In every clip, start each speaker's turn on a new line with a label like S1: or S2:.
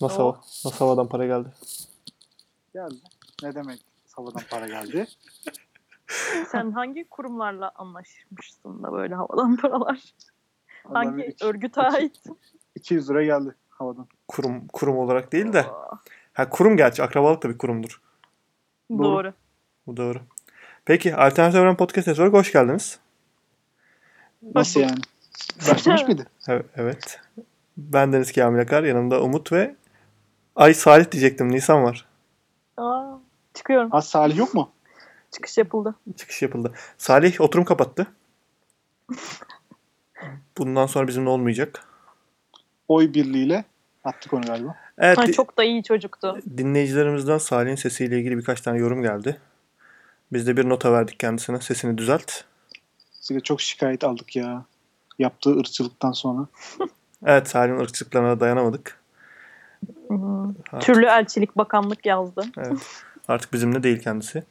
S1: Nasıl,
S2: Tamam.
S1: hava? Nasıl havadan para geldi?
S3: Geldi. Ne demek havadan para geldi?
S2: Sen hangi kurumlarla anlaşmışsın da böyle havadan paralar?
S3: Adam
S2: hangi
S3: üç-
S2: örgüte ait?
S3: 200 lira geldi havadan.
S1: Kurum kurum olarak değil de.
S2: Aa,
S1: Ha kurum gerçi akrabalık da bir kurumdur.
S2: Doğru.
S1: Doğru. Bu doğru. Peki Alternatif Evren Podcast Network hoş geldiniz.
S3: Nasıl yani? Başlamış mıydı?
S1: Evet. evet. Ben Deniz Kamil Akar. Yanımda Umut ve Ay Salih diyecektim. Nisan var.
S2: Aa, çıkıyorum.
S3: Az Salih yok mu?
S2: Çıkış yapıldı.
S1: Çıkış yapıldı. Salih oturum kapattı. Bundan sonra bizimle olmayacak.
S3: Oy birliğiyle attık onu galiba.
S1: Evet.
S2: Ay,
S1: di-
S2: çok da iyi çocuktu.
S1: Dinleyicilerimizden Salih'in sesiyle ilgili birkaç tane yorum geldi. Biz de bir nota verdik kendisine. Sesini düzelt.
S3: Size çok şikayet aldık ya. Yaptığı ırkçılıktan sonra.
S1: Evet Salih'in ırkçılıklarına dayanamadık.
S2: Hı.
S1: Ha.
S2: Türlü elçilik bakanlık yazdı.
S1: Evet. Artık bizimle değil kendisi.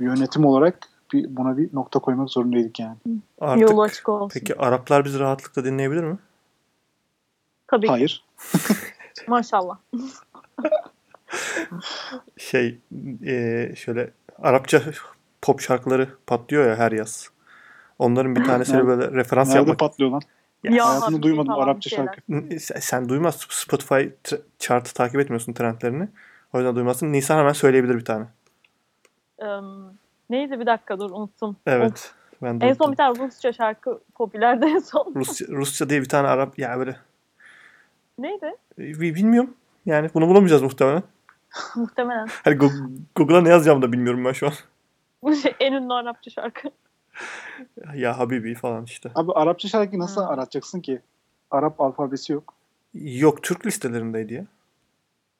S3: Yönetim olarak bir, buna bir nokta koymak zorundaydık yani.
S1: Artık
S2: Yolu açık olsun.
S1: Peki Araplar bizi rahatlıkla dinleyebilir mi?
S2: Tabii ki.
S3: Hayır.
S2: Maşallah.
S1: Şey e, şöyle Arapça pop şarkıları patlıyor ya her yaz. Onların bir tanesini
S3: Nerede-
S1: böyle referans
S3: Nerede
S1: yapmak.
S3: patlıyor lan?
S1: Ya,
S3: Hayatımda
S2: Rabbi
S3: duymadım
S2: falan
S3: Arapça
S2: bir şeyler.
S3: şarkı.
S1: sen, sen duymaz Spotify tr- chart'ı takip etmiyorsun trendlerini. O yüzden duymazsın. Nisan hemen söyleyebilir bir tane.
S2: Em, neydi bir dakika dur unuttum. Of,
S1: Evet. Ben de
S2: En son
S1: unuttum.
S2: bir tane Rusça şarkı popülerdi en son.
S1: Rusça, Rusça diye bir tane Arap ya böyle
S2: Neydi?
S1: e, bi- bilmiyorum. Yani bunu bulamayacağız muhtemelen.
S2: Muhtemelen.
S1: Hani Go- Google'a ne yazacağımı da bilmiyorum ben şu an.
S2: Bu şey, en ünlü Arapça şarkı.
S1: Ya Habibi falan işte.
S3: Abi Arapça şarkı nasıl
S2: Hmm.
S3: aratacaksın ki? Arap alfabesi yok.
S1: Yok Türk listelerindeydi ya.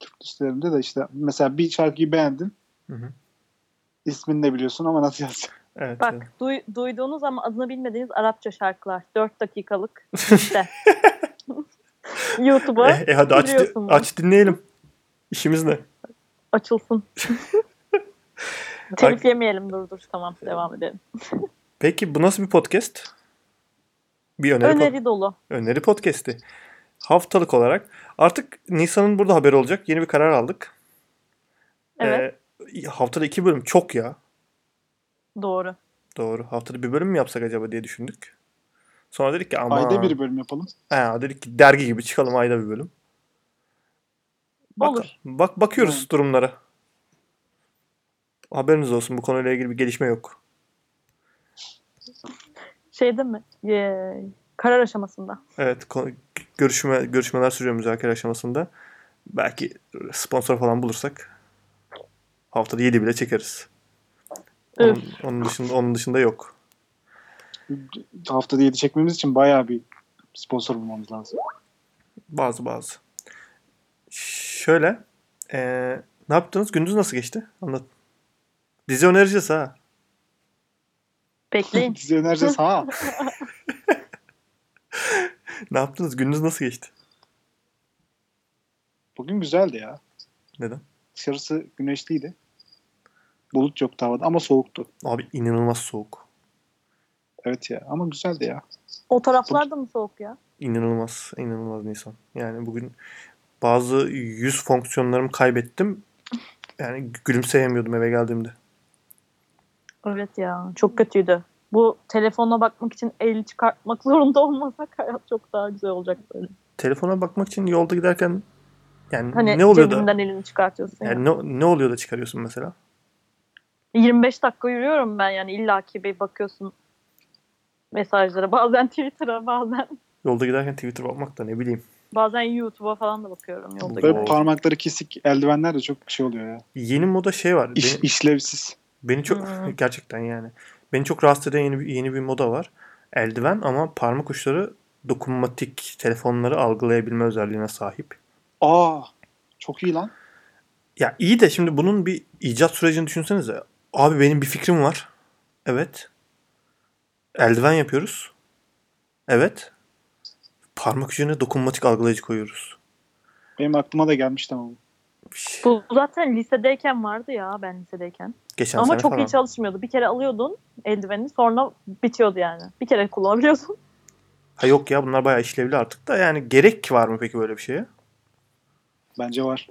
S3: Türk listelerinde de işte mesela bir şarkıyı beğendin.
S1: Hı hı.
S3: İsmini de biliyorsun ama nasıl yazacaksın?
S1: Evet.
S2: Bak
S1: evet.
S2: duy- duyduğunuz ama adını bilmediğiniz Arapça şarkılar. 4 dakikalık işte. YouTube'a
S1: E, e hadi aç, di-
S2: biliyorsun bunu.
S1: aç dinleyelim. İşimiz ne?
S2: açılsın. Telif yemeyelim dur dur tamam
S1: Ee,
S2: devam edelim.
S1: Peki bu nasıl bir podcast? Bir öneri, pod-
S2: Öneri dolu.
S1: öneri podcast'i. Haftalık olarak. Artık Nisan'ın burada haberi olacak. Yeni bir karar aldık.
S2: Evet
S1: Ee, haftada iki bölüm. Çok ya.
S2: doğru.
S1: Doğru. Haftada bir bölüm mü yapsak acaba diye düşündük. Sonra dedik ki ama
S3: Ayda bir bölüm yapalım.
S1: Ha, dedik ki dergi gibi çıkalım ayda bir bölüm. Bak,
S2: Olur.
S1: Bak bakıyoruz
S3: Evet.
S1: durumlara. Haberiniz olsun bu konuyla ilgili bir gelişme yok.
S2: Şey değil mi? Ee, karar aşamasında.
S1: Evet konu- görüşme görüşmeler sürüyor müzakere aşamasında. Belki sponsor falan bulursak haftada 7 bile çekeriz. Onun,
S2: Öf.
S1: onun dışında onun dışında yok.
S3: Haftada 7 çekmemiz için bayağı bir sponsor bulmamız lazım.
S1: Bazı bazı. Şöyle eee, ne yaptınız? Gündüz nasıl geçti? Anlat. Dizi önereceğiz ha.
S2: Bekleyin.
S3: Bizi önereceğiz ha.
S1: Ne yaptınız? Gündüz nasıl geçti?
S3: Bugün güzeldi ya.
S1: Neden?
S3: Dışarısı güneşliydi. Bulut yoktu havada ama soğuktu.
S1: Abi inanılmaz soğuk.
S3: Evet ya ama güzeldi ya.
S2: o taraflarda mı soğuk ya?
S1: İnanılmaz, inanılmaz Nisan. Yani bugün bazı yüz fonksiyonlarımı kaybettim. Yani gülümseyemiyordum eve geldiğimde.
S2: Evet ya çok kötüydü. Bu telefona bakmak için el çıkartmak zorunda olmasak hayat çok daha güzel olacak böyle.
S1: Telefona bakmak için yolda giderken yani
S2: Hani
S1: ne oluyor da
S2: cebinden elini çıkartıyorsun. ya.
S1: yani ne, ne oluyor da çıkarıyorsun mesela?
S2: 25 dakika yürüyorum ben yani illaki bir bakıyorsun mesajlara. Bazen Twitter'a, bazen
S1: Yolda giderken Twitter bakmak da ne bileyim.
S2: bazen YouTube'a falan da bakıyorum yolda.
S3: Böyle
S1: Oo.
S3: parmakları kesik eldivenler de çok şey oluyor ya.
S1: Yeni moda şey var.
S3: İş,
S1: Beni,
S3: işlevsiz.
S1: beni çok
S2: Hmm.
S1: gerçekten yani. Beni çok rahatsız eden yeni bir, yeni bir moda var. Eldiven ama parmak uçları dokunmatik telefonları algılayabilme özelliğine sahip.
S3: Aa çok iyi lan.
S1: Ya iyi de şimdi bunun bir icat sürecini düşünsenize. Abi benim bir fikrim var. Evet. Eldiven yapıyoruz. Evet. Parmak ucuna dokunmatik algılayıcı koyuyoruz.
S3: Benim aklıma da gelmişti ama. bu.
S1: Şş,
S2: Bu zaten lisedeyken vardı ya ben lisedeyken.
S1: Geçen
S2: Ama
S1: sene
S2: çok
S1: falan.
S2: iyi çalışmıyordu. Bir kere alıyordun eldiveni sonra bitiyordu yani. Bir kere kullanabiliyorsun.
S1: Ha yok ya bunlar bayağı işlevli artık da yani gerek var mı peki böyle bir şeye?
S3: Bence var.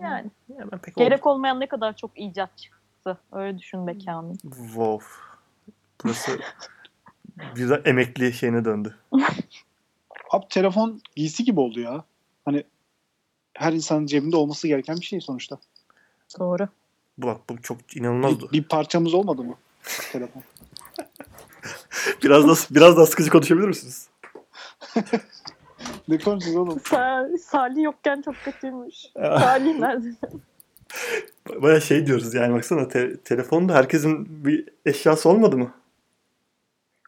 S2: Yani
S1: Ya ben pek
S2: gerek olmayan ne kadar çok icat çıktı. Öyle düşün be Kamil.
S1: Wow. Burası bir de emekli şeyine döndü.
S3: Abi telefon giysi gibi oldu ya. Hani her insanın cebinde olması gereken bir şey sonuçta.
S2: Doğru.
S1: Bu bak bu çok
S3: Bir,
S1: inanılmazdı.
S3: bir parçamız olmadı mı? telefon.
S1: biraz daha biraz daha sıkıcı konuşabilir misiniz?
S3: Ne konuşuyoruz oğlum?
S2: Sa- Salih yokken çok kötüymüş. Salih nerede?
S1: Baya şey diyoruz yani baksana te- telefonda herkesin bir eşyası olmadı mı?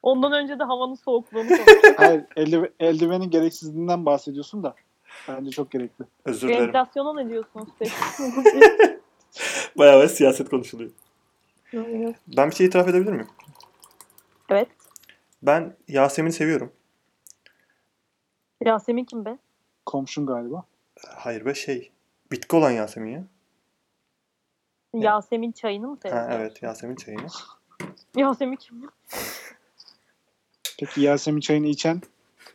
S2: Ondan önce de havanın soğukluğunu konuşuyoruz.
S3: Hayır, eldive- eldivenin gereksizliğinden bahsediyorsun da. Bence çok gerekli.
S1: Özür dilerim.
S2: Enflasyona ne diyorsunuz peki?
S1: Baya baya siyaset konuşuluyor.
S2: Bilmiyorum.
S1: Ben bir şey itiraf edebilir miyim?
S2: evet.
S1: Ben Yasemin'i seviyorum.
S2: Yasemin kim be?
S3: Komşun galiba.
S1: Hayır be şey. Bitki olan Yasemin ya.
S2: Yasemin çayını mı
S1: Ha,
S2: seviyorsun?
S1: evet Yasemin çayını.
S2: Yasemin kim?
S3: Peki Yasemin çayını içen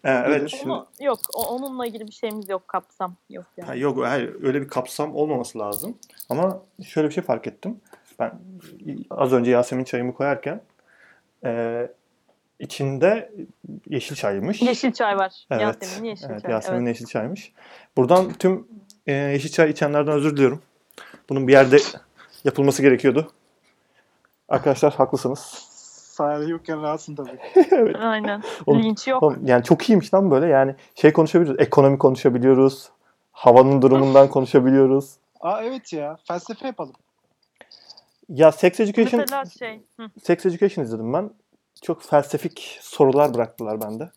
S1: Ha, evet.
S3: Nedir?
S1: Şimdi...
S2: Onu, yok o- onunla ilgili bir şeyimiz yok kapsam. Yok
S1: Ha,
S2: yani.
S1: yok hayır öyle bir kapsam olmaması lazım. Ama şöyle bir şey fark ettim. Ben az önce Yasemin çayımı koyarken eee, içinde yeşil çaymış.
S2: Yeşil çay var.
S1: Evet.
S2: Yasemin yeşil
S1: evet,
S2: çay.
S1: Yasemin
S2: evet.
S1: yeşil çaymış. Buradan tüm eee yeşil çay içenlerden özür diliyorum. Bunun bir yerde yapılması gerekiyordu. Arkadaşlar haklısınız.
S3: Salih yokken rahatsın tabii.
S2: Aynen.
S1: Oğlum-
S2: Linç yok.
S1: Oğlum, yani çok iyiymiş lan böyle. Yani şey konuşabiliyoruz. Ekonomi konuşabiliyoruz. Havanın durumundan konuşabiliyoruz.
S3: Aa evet ya. Felsefe yapalım.
S1: Ya Sex Education
S2: Mesela şey. Hı.
S1: Sex Education izledim ben. Çok felsefik sorular bıraktılar bende.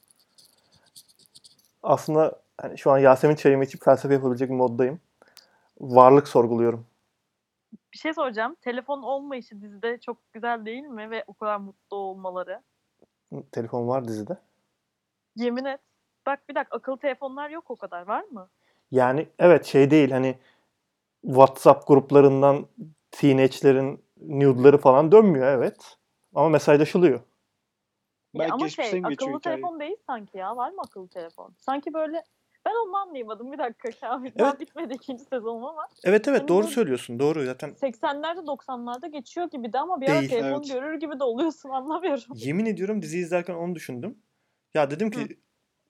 S1: Aslında hani şu an Yasemin çayımı içip felsefe yapabilecek bir moddayım. Varlık sorguluyorum.
S2: Bir şey soracağım. Telefon olmayışı dizide çok güzel değil mi? Ve o kadar mutlu olmaları.
S1: Telefon var dizide.
S2: Yemin et. Bak bir dakika akıllı telefonlar yok o kadar var mı?
S1: Yani evet şey değil hani WhatsApp gruplarından teenage'lerin nude'ları falan dönmüyor evet. Ama mesajlaşılıyor.
S2: Ya
S3: Belki
S2: ama şey
S3: geçmişe mi
S2: akıllı
S3: geçiyor hikaye?
S2: telefon değil sanki ya. Var mı akıllı telefon? Sanki böyle ben onu anlayamadım. Bir dakika Kamil.
S1: Evet.
S2: Daha bitmedi ikinci sezonum ama.
S1: Evet
S2: evet, doğru
S1: söylüyorsun doğru zaten
S2: 80'lerde 90'larda geçiyor gibi de ama bir ara
S1: Değil,
S2: telefon
S3: evet.
S2: görür gibi de oluyorsun anlamıyorum.
S1: Yemin ediyorum dizi izlerken onu düşündüm. Ya dedim ki
S2: Hı.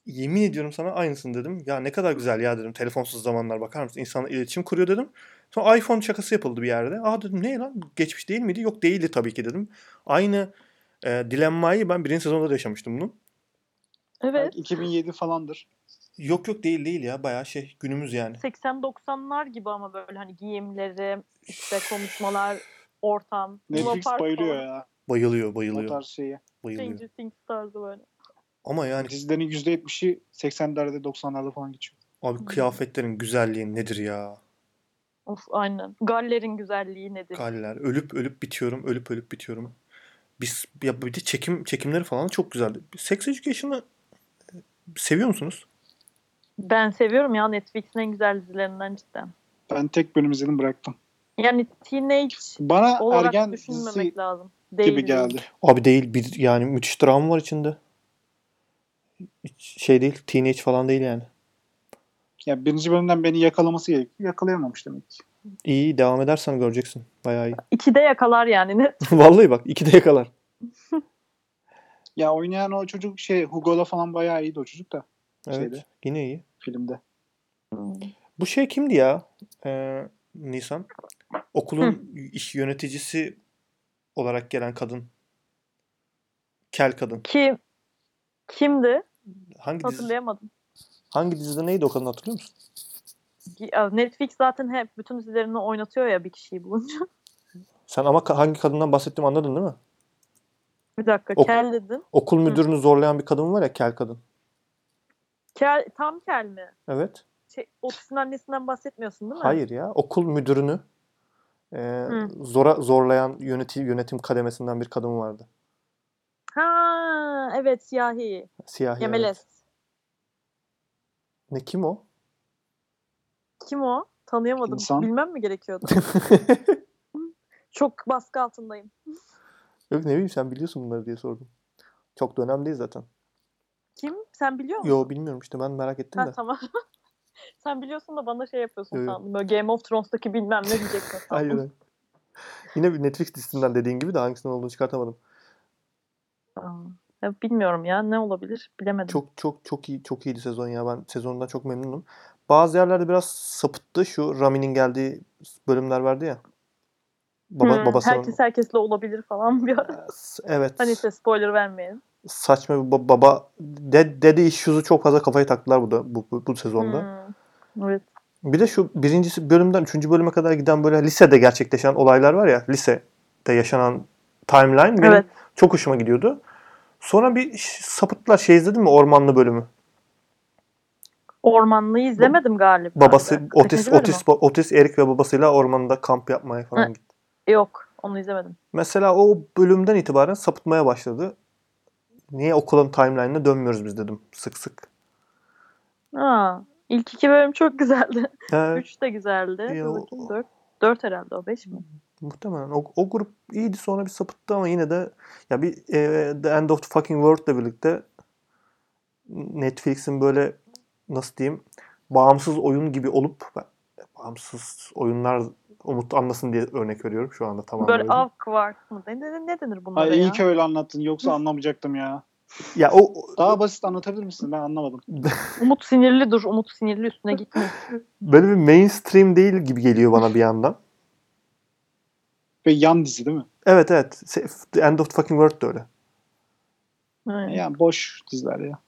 S1: yemin ediyorum sana aynısını dedim. Ya ne kadar güzel ya dedim telefonsuz zamanlar bakar mısın? İnsanla iletişim kuruyor dedim. Sonra iPhone şakası yapıldı bir yerde. Aa dedim ne lan geçmiş değil miydi? Yok değildi tabii ki dedim. Aynı e, dilenmayı ben birinci sezonda da yaşamıştım bunu.
S2: Evet.
S3: Belki 2007 falandır.
S1: Yok yok değil değil ya bayağı şey günümüz yani.
S2: 80-90'lar gibi ama böyle hani giyimleri, işte konuşmalar, ortam.
S3: Netflix
S2: Lopar
S3: bayılıyor
S2: falan.
S3: ya.
S1: Bayılıyor
S3: O
S1: bayılıyor
S3: tarz şeye.
S1: bayılıyor.
S2: Stranger Things tarzı böyle.
S1: Ama yani
S3: Dizilerin %70'i 80'lerde 90'larda falan geçiyor.
S1: abi kıyafetlerin güzelliği nedir ya?
S2: Of aynen. Galler'in güzelliği nedir?
S1: Galler. Ölüp ölüp bitiyorum. Ölüp ölüp bitiyorum. Biz ya bir de çekim çekimleri falan çok güzeldi. Sex Education'ı e, seviyor musunuz?
S2: ben seviyorum ya Netflix'in en güzel dizilerinden cidden.
S3: Ben tek bölüm izledim bıraktım.
S2: Yani teenage
S3: Bana
S2: olarak
S3: ergen
S2: düşünmemek
S3: dizisi
S2: lazım. Değil
S3: gibi geldi.
S1: Abi değil bir yani müthiş dram var içinde. Hiç Şey değil, teenage falan değil yani.
S3: Yani birinci bölümden beni yakalaması gerekiyor. Yakalayamamış demek ki.
S1: İyi devam edersen göreceksin. Bayağı iyi.
S2: İkide yakalar yani. Ne?
S1: Vallahi bak iki de yakalar.
S3: Ya oynayan o çocuk şey Hugo'la falan bayağı iyiydi o çocuk da
S1: Evet.
S3: Şeyde.
S1: Yine iyi.
S3: filmde.
S1: Bu şey kimdi ya? Ee, Nisan. Okulun iş yöneticisi olarak gelen kadın. Kel kadın.
S2: Kim kimdi?
S1: Hangi dizi?
S2: Hatırlayamadım.
S1: Hangi dizide neydi o kadın hatırlıyor musun?
S2: Netflix zaten hep bütün dizilerini oynatıyor ya bir kişiyi bulunca.
S1: Sen ama ka- hangi kadından bahsettiğimi anladın değil mi?
S2: bir dakika.
S1: Ok.
S2: Kel dedin.
S1: Okul müdürünü zorlayan bir kadın var ya kel kadın.
S2: Kel, tam kel mi?
S1: Evet.
S2: Şey, Otis'in annesinden bahsetmiyorsun değil mi?
S1: Hayır ya. Okul müdürünü e,
S2: Hı.
S1: zora zorlayan yönetim yönetim kademesinden bir kadın vardı.
S2: Ha evet siyahi.
S1: Siyahi. evet.
S2: Yemeles.
S1: Ne kim o?
S2: Kim o? Tanıyamadım.
S3: İnsan.
S2: Bilmem mi gerekiyordu? Çok baskı altındayım.
S1: Yok ne bileyim sen biliyorsun bunları diye sordum. Çok da önemli değil zaten.
S2: Kim? Sen biliyor musun?
S1: Yo bilmiyorum işte ben merak ettim
S2: ha,
S1: de.
S2: tamam. Sen biliyorsun da bana şey yapıyorsun
S1: Evet.
S2: sandım. Böyle Game of Thrones'taki bilmem ne diyeceksin sandım.
S1: Aynen. Yine bir Netflix listinden dediğin gibi de hangisinden olduğunu çıkartamadım.
S2: Aa, ya bilmiyorum ya ne olabilir bilemedim.
S1: Çok çok çok iyi çok iyiydi sezon ya. Ben sezondan çok memnunum. Bazı yerlerde biraz sapıttı. Şu Rami'nin geldiği bölümler vardı ya. Baba,
S2: Hmm,
S1: babası
S2: herkes herkesle olabilir falan bir ara.
S1: evet.
S2: Hani işte spoiler vermeyelim.
S1: saçma bir ba- baba de, dede issues'u çok fazla kafaya taktılar bu da bu, bu, bu sezonda.
S2: Hmm, Evet.
S1: Bir de şu birincisi bölümden üçüncü bölüme kadar giden böyle lisede gerçekleşen olaylar var ya lisede yaşanan timeline benim
S2: Evet.
S1: çok hoşuma gidiyordu. Sonra bir ş- sapıttılar şey izledin mi ormanlı bölümü?
S2: Ormanlığı izlemedim galiba.
S1: Babası
S2: Kaçıncı
S1: Otis
S2: bölüm
S1: Otis ba- Otis Erik ve babasıyla ormanda kamp yapmaya falan
S2: Ha.
S1: gitti.
S2: o? Yok onu izlemedim.
S1: Mesela o bölümden itibaren sapıtmaya başladı. Niye okulun timeline'ına dönmüyoruz biz dedim sık sık.
S2: Aa, ilk iki bölüm çok güzeldi.
S1: Ha.
S2: Üç de güzeldi.
S1: Ya
S2: Dur
S1: o-
S2: bakayım, dört. Dört herhalde o beş mi?
S1: Muhtemelen. O, o grup iyiydi sonra bir sapıttı ama yine de ya bir e, The End of the Fucking World'la birlikte Netflix'in böyle nasıl diyeyim bağımsız oyun gibi olup ben- e, bağımsız oyunlar Umut anlasın diye örnek veriyorum şu anda tamam.
S2: Böyle av kvark mı? Ne, ne, ne denir bunlara
S3: Ay,
S2: ya?
S3: iyi ki öyle anlattın. Yoksa anlamayacaktım ya.
S1: Ya o o-
S3: Daha basit anlatabilir misin? Ben anlamadım.
S2: Umut sinirli dur. Umut sinirli üstüne gitme.
S1: böyle bir mainstream değil gibi geliyor bana bir yandan.
S3: Ve yan dizi değil mi?
S1: Evet evet. Se- The End of the Fucking World da öyle.
S2: Evet.
S3: Yani boş diziler ya.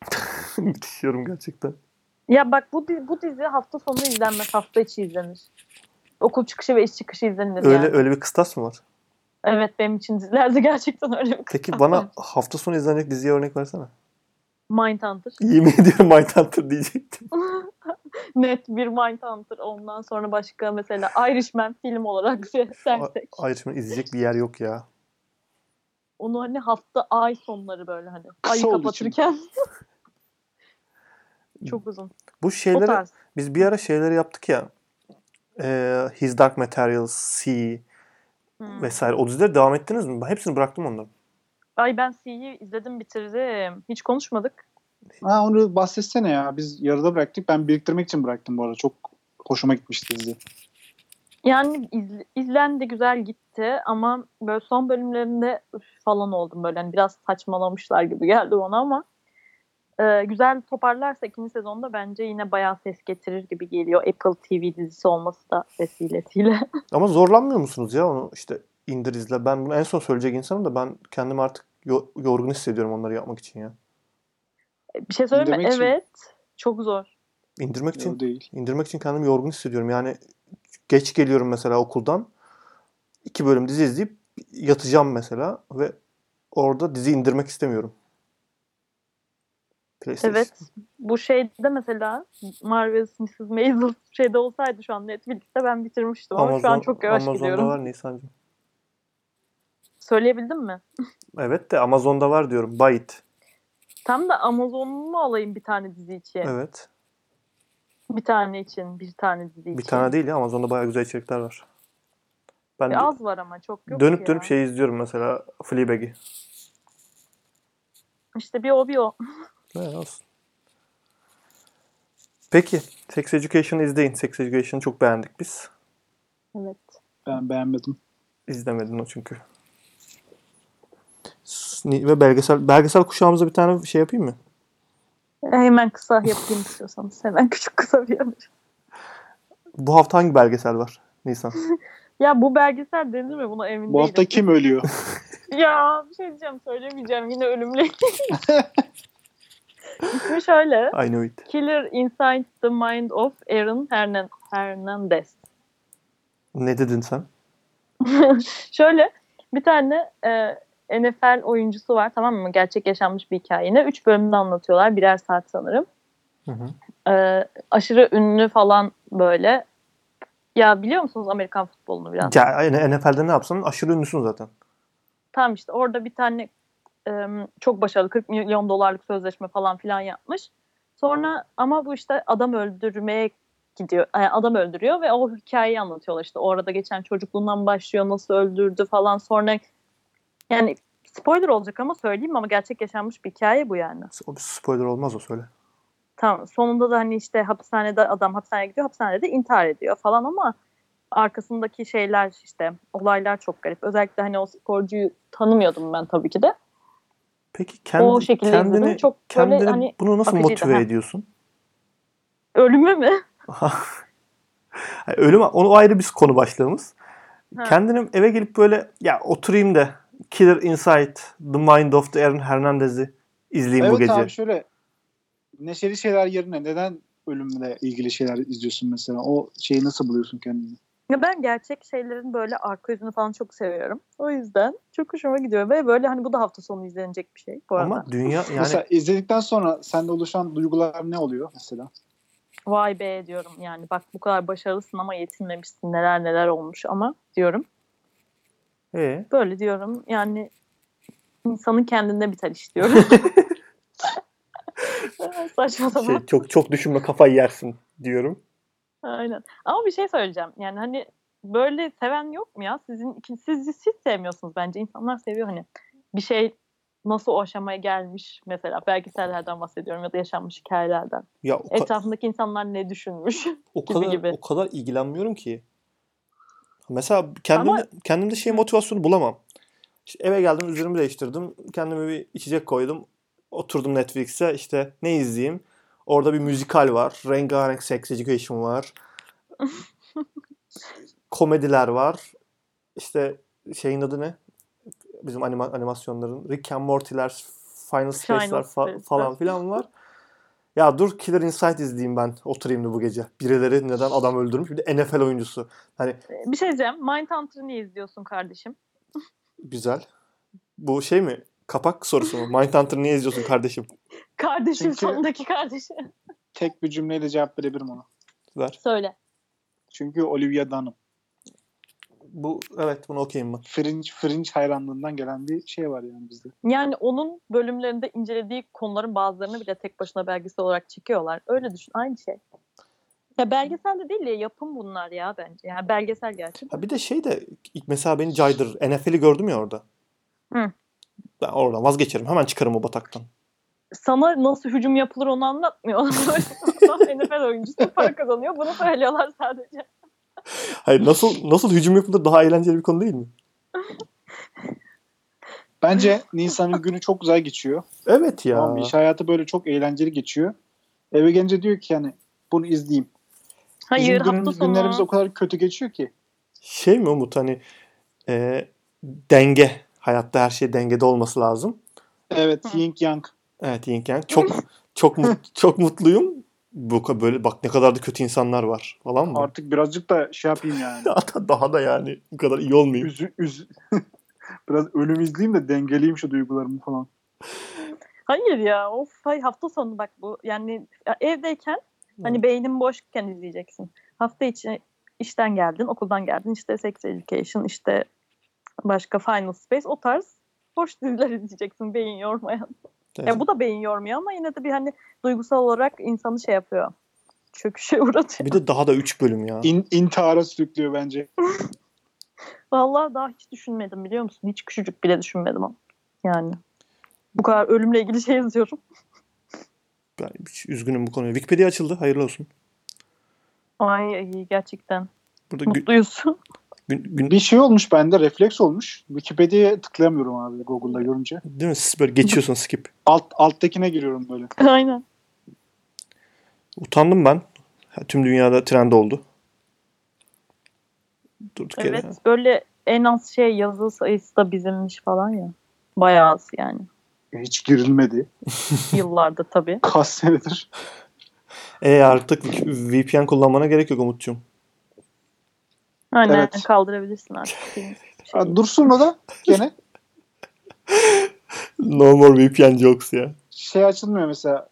S1: Müthiş yorum gerçekten.
S2: Ya bak bu dizi, bu dizi hafta sonu izlenmez, hafta içi izlenir. Okul çıkışı ve iş çıkışı izlenir
S1: Öyle
S2: yani.
S1: öyle bir kıstas mı var?
S2: Evet benim için dizilerde gerçekten öyle bir
S1: Peki
S2: kıstas var.
S1: bana hafta sonu izlenecek diziye örnek versene.
S2: Mindhunter.
S1: Yemin ediyorum Mindhunter diyecektim.
S2: Net bir Mindhunter. Ondan sonra başka mesela Irishman film olarak şey dersek.
S1: Ayrışma izleyecek bir yer yok ya.
S2: Onu hani hafta ay sonları böyle hani.
S3: Kısa
S2: Ayı
S3: olduğu
S2: kapatırken. Çok uzun.
S1: Bu
S2: O
S1: şeyleri
S2: tarz.
S1: biz bir ara şeyleri yaptık ya. Ee, His Dark Materials, Sea
S2: Hmm.
S1: vesaire. O dizileri devam ettiniz mi? Ben hepsini bıraktım onların.
S2: Ay ben C'yi izledim bitirdim. Hiç konuşmadık.
S3: Ha, onu bahsetsene ya. Biz yarıda bıraktık. Ben biriktirmek için bıraktım bu arada. Çok hoşuma gitmişti dizi.
S2: Yani izl- izlendi güzel gitti ama böyle son bölümlerinde üf falan oldum böyle hani biraz saçmalamışlar gibi geldi bana ama e, güzel toparlarsa ikinci sezonda bence yine bayağı ses getirir gibi geliyor Apple TV dizisi olması da vesilesiyle.
S1: Ama zorlanmıyor musunuz ya onu işte indir izle. Ben bunu en son söyleyecek insanım da ben kendimi artık yo- yorgun hissediyorum onları yapmak için ya.
S2: Bir şey söyleyeyim mi?
S3: Demek ki-
S2: Evet. Çok zor.
S1: İndirmek için
S3: Yok değil.
S1: indirmek için kendimi yorgun hissediyorum. Yani geç geliyorum mesela okuldan. iki bölüm dizi izleyip yatacağım mesela ve orada dizi indirmek istemiyorum. PlayStation.
S2: Evet. Bu şeyde mesela Marvel's Mrs. Maisel şeyde olsaydı şu an Netflix'te ben bitirmiştim ama şu an
S1: Amazon-
S2: çok yavaş
S1: Amazon'da
S2: gidiyorum.
S1: var Nisan'cığım.
S2: Söyleyebildim mi?
S1: Evet de Amazon'da var diyorum. Byte.
S2: Tam da Amazon'umu alayım bir tane dizi için.
S1: Evet.
S2: Bir tane için, bir tane dizi için.
S1: Bir tane değil ya Amazon'da bayağı güzel içerikler var. Ben
S2: E,
S1: dö-
S2: az var ama çok yok
S1: dönüp
S2: ki
S1: dönüp
S2: ya.
S1: şey izliyorum mesela Fleabag'i.
S2: İşte bir o bir o.
S1: Ne olsun. Peki. Sex Education'ı izleyin. Sex Education'ı çok beğendik biz.
S2: Evet.
S3: Ben beğenmedim.
S1: İzlemedin o çünkü. S- ni- Ve belgesel belgesel kuşağımıza bir tane şey yapayım mı?
S2: E, hemen kısa yapayım istiyorsanız. Hemen küçük kısa bir yapayım.
S1: Bu hafta hangi belgesel var? Nisan.
S2: Ya bu belgesel denir mi? Buna emin
S3: Bu hafta
S2: değilim.
S3: kim ölüyor?
S2: Ya bir şey diyeceğim söylemeyeceğim. Yine ölümle ilgili. İsmi şöyle.
S1: I know it.
S2: Killer Inside the Mind of Aaron Hernan Hernandez.
S1: Ne dedin sen?
S2: Şöyle bir tane e, NFL oyuncusu var tamam mı? Gerçek yaşanmış bir hikayeni. Üç bölümde anlatıyorlar. Birer saat sanırım.
S1: Hı hı.
S2: E, aşırı ünlü falan böyle. Ya biliyor musunuz Amerikan futbolunu biraz?
S1: Ya yani NFL'de ne yapsan aşırı ünlüsün zaten.
S2: Tamam işte orada bir tane e, çok başarılı 40 milyon dolarlık sözleşme falan filan yapmış. Sonra ama bu işte adam öldürmeye gidiyor. yani adam öldürüyor ve o hikayeyi anlatıyorlar işte. O arada geçen çocukluğundan başlıyor nasıl öldürdü falan sonra yani spoiler olacak ama söyleyeyim ama gerçek yaşanmış bir hikaye bu yani.
S1: O bir spoiler olmaz o söyle.
S2: Tamam sonunda da hani işte hapishanede adam hapishaneye gidiyor hapishanede intihar ediyor falan ama arkasındaki şeyler işte olaylar çok garip. Özellikle hani o sporcuyu tanımıyordum ben tabii ki de.
S1: Peki kendi,
S2: o şekilde
S1: kendini,
S2: izledim. Çok
S1: kendini
S2: böyle hani
S1: bunu nasıl
S2: akıcıydı,
S1: motive
S2: ha.
S1: ediyorsun?
S2: ölümü mü?
S1: Hayır, Ölüm onu ayrı bir konu başlığımız.
S2: Ha.
S1: Kendinim eve gelip böyle ya oturayım da Killer Inside The Mind of the Aaron Hernandez'i izleyeyim bu
S3: Evet
S1: gece.
S3: abi şöyle neşeli şeyler yerine neden ölümle ilgili şeyler izliyorsun mesela? O şeyi nasıl buluyorsun kendini?
S2: Ya ben gerçek şeylerin böyle arka yüzünü falan çok seviyorum. O yüzden çok hoşuma gidiyor ve böyle hani bu da hafta sonu izlenecek bir şey bu arada.
S1: Ama dünya yani
S3: Mesela izledikten sonra sende oluşan duygular ne oluyor mesela?
S2: Vay be diyorum yani bak bu kadar başarılısın ama yetinmemişsin neler neler olmuş ama diyorum.
S1: Ee,
S2: Böyle diyorum yani insanın kendinde biter iş diyorum. Saçma sapan.
S1: şey, çok çok düşünme kafayı yersin diyorum.
S2: Aynen. Ama bir şey söyleyeceğim. Yani hani böyle seven yok mu ya? Sizin iki- siz siz hiç sevmiyorsunuz bence. İnsanlar seviyor hani. Bir şey nasıl o aşamaya gelmiş mesela belgesellerden bahsediyorum ya da yaşanmış hikayelerden.
S1: Ya
S2: E,
S1: o, ka-
S2: Etrafındaki insanlar ne düşünmüş?
S1: o
S2: gibi
S1: kadar
S2: gibi.
S1: o kadar ilgilenmiyorum ki. Mesela kendimde
S2: Ama-
S1: kendimde şey motivasyonu bulamam. İşte eve geldim, üzerimi değiştirdim. Kendime bir içecek koydum. Oturdum Netflix'e işte ne izleyeyim? Orada bir müzikal var. Rengarenk Sex Education var. Komediler var. İşte şeyin adı ne? Bizim anima- animasyonların Rick and Morty'ler, Final Space'ler fa-
S2: Space'ler.
S1: falan filan var. Ya dur Killer Inside izleyeyim ben oturayım da bu gece. Birileri neden adam öldürmüş? Bir de NFL oyuncusu. Hani
S2: Ee, Bir şey diyeceğim. Mindhunter'ı niye izliyorsun kardeşim?
S1: Güzel. Bu şey mi? Kapak sorusu mu? Mindhunter niye izliyorsun kardeşim?
S2: Kardeşim
S3: Çünkü-
S2: sondaki kardeşim.
S3: Tek bir cümleyle cevap verebilirim ona.
S1: Ver.
S2: Söyle.
S3: Çünkü Olivia Dunham.
S1: Bu evet bunu okuyayım mı?
S3: Fringe, Fringe hayranlığından gelen bir şey var yani bizde.
S2: Yani onun bölümlerinde incelediği konuların bazılarını bile tek başına belgesel olarak çekiyorlar. Öyle düşün. Aynı şey. Ya belgesel de değil ya yapım bunlar ya bence. Yani belgesel gerçi.
S1: Ha bir de şey de ilk mesela beni caydırır. NFL'i gördüm ya orada.
S2: Hı.
S1: Ben oradan vazgeçerim. Hemen çıkarım o bataktan.
S2: Sana nasıl hücum yapılır onu anlatmıyor. Böyle NFL oyuncusu para kazanıyor. Bunu söylüyorlar sadece.
S1: Hayır nasıl nasıl hücum yapılır daha eğlenceli bir konu değil mi?
S3: Bence Nisan'ın günü çok güzel geçiyor.
S1: Evet ya.
S3: Tamam mı?
S2: şey-
S3: İş hayatı böyle çok eğlenceli geçiyor. Eve gelince diyor ki yani bunu izleyeyim.
S2: Hayır
S3: Bizim
S2: hafta
S3: günümüz-
S2: sonu.
S3: günlerimiz o kadar kötü geçiyor ki.
S1: Şey mi Umut hani e, denge. Hayatta her şey dengede olması lazım.
S3: Evet,
S2: Hı.
S3: Ying Yang.
S1: Evet Yinken. Çok çok mut, çok mutluyum. Bu böyle bak ne kadar da kötü insanlar var falan mı?
S3: Artık birazcık da şey yapayım yani.
S1: Hatta daha da yani bu kadar iyi olmayayım.
S3: Üzü, üz- Biraz ölüm izleyeyim de dengeleyeyim şu duygularımı falan.
S2: Hayır ya of hay hafta sonu bak bu yani ya evdeyken hani beynin boşken izleyeceksin. Hafta içi işten geldin, okuldan geldin işte Sex Education işte başka Final Space o tarz boş diziler izleyeceksin beyin yormayan.
S1: Evet.
S2: Ya bu da beyin yormuyor ama yine de bir hani duygusal olarak insanı şey yapıyor. Çöküşe uğratıyor.
S1: Bir de daha da 3 bölüm ya.
S3: İn, intihara sürüklüyor bence.
S2: Vallahi daha hiç düşünmedim biliyor musun? Hiç küçücük bile düşünmedim ama. Yani bu kadar ölümle ilgili şey yazıyorum.
S1: Ben hiç üzgünüm bu konuya. Wikipedia açıldı. Hayırlı olsun.
S2: Ay ay, gerçekten
S1: Burada gü-
S2: mutluyuz.
S1: gün- gün-
S3: Bir şey olmuş bende, refleks olmuş. Wikipedia'ya tıklayamıyorum abi Google'da görünce.
S1: değil mi? Siz böyle geçiyorsun skip.
S3: Alt, alttakine giriyorum böyle.
S2: Aynen.
S1: Utandım ben. Ha, Tüm dünyada trend oldu. Durduk yere.
S2: Evet böyle en az şey yazı sayısı da bizimmiş falan ya. Bayağı az yani.
S3: Hiç girilmedi.
S2: Yıllarda tabii.
S3: Kaç senedir.
S1: E artık VPN kullanmana gerek yok Umut'cum.
S2: Aynen
S3: Evet.
S2: kaldırabilirsin artık. Şey.
S3: Ha, Dursun o da gene
S1: No more VPN jokes ya.
S3: şey açılmıyor mesela.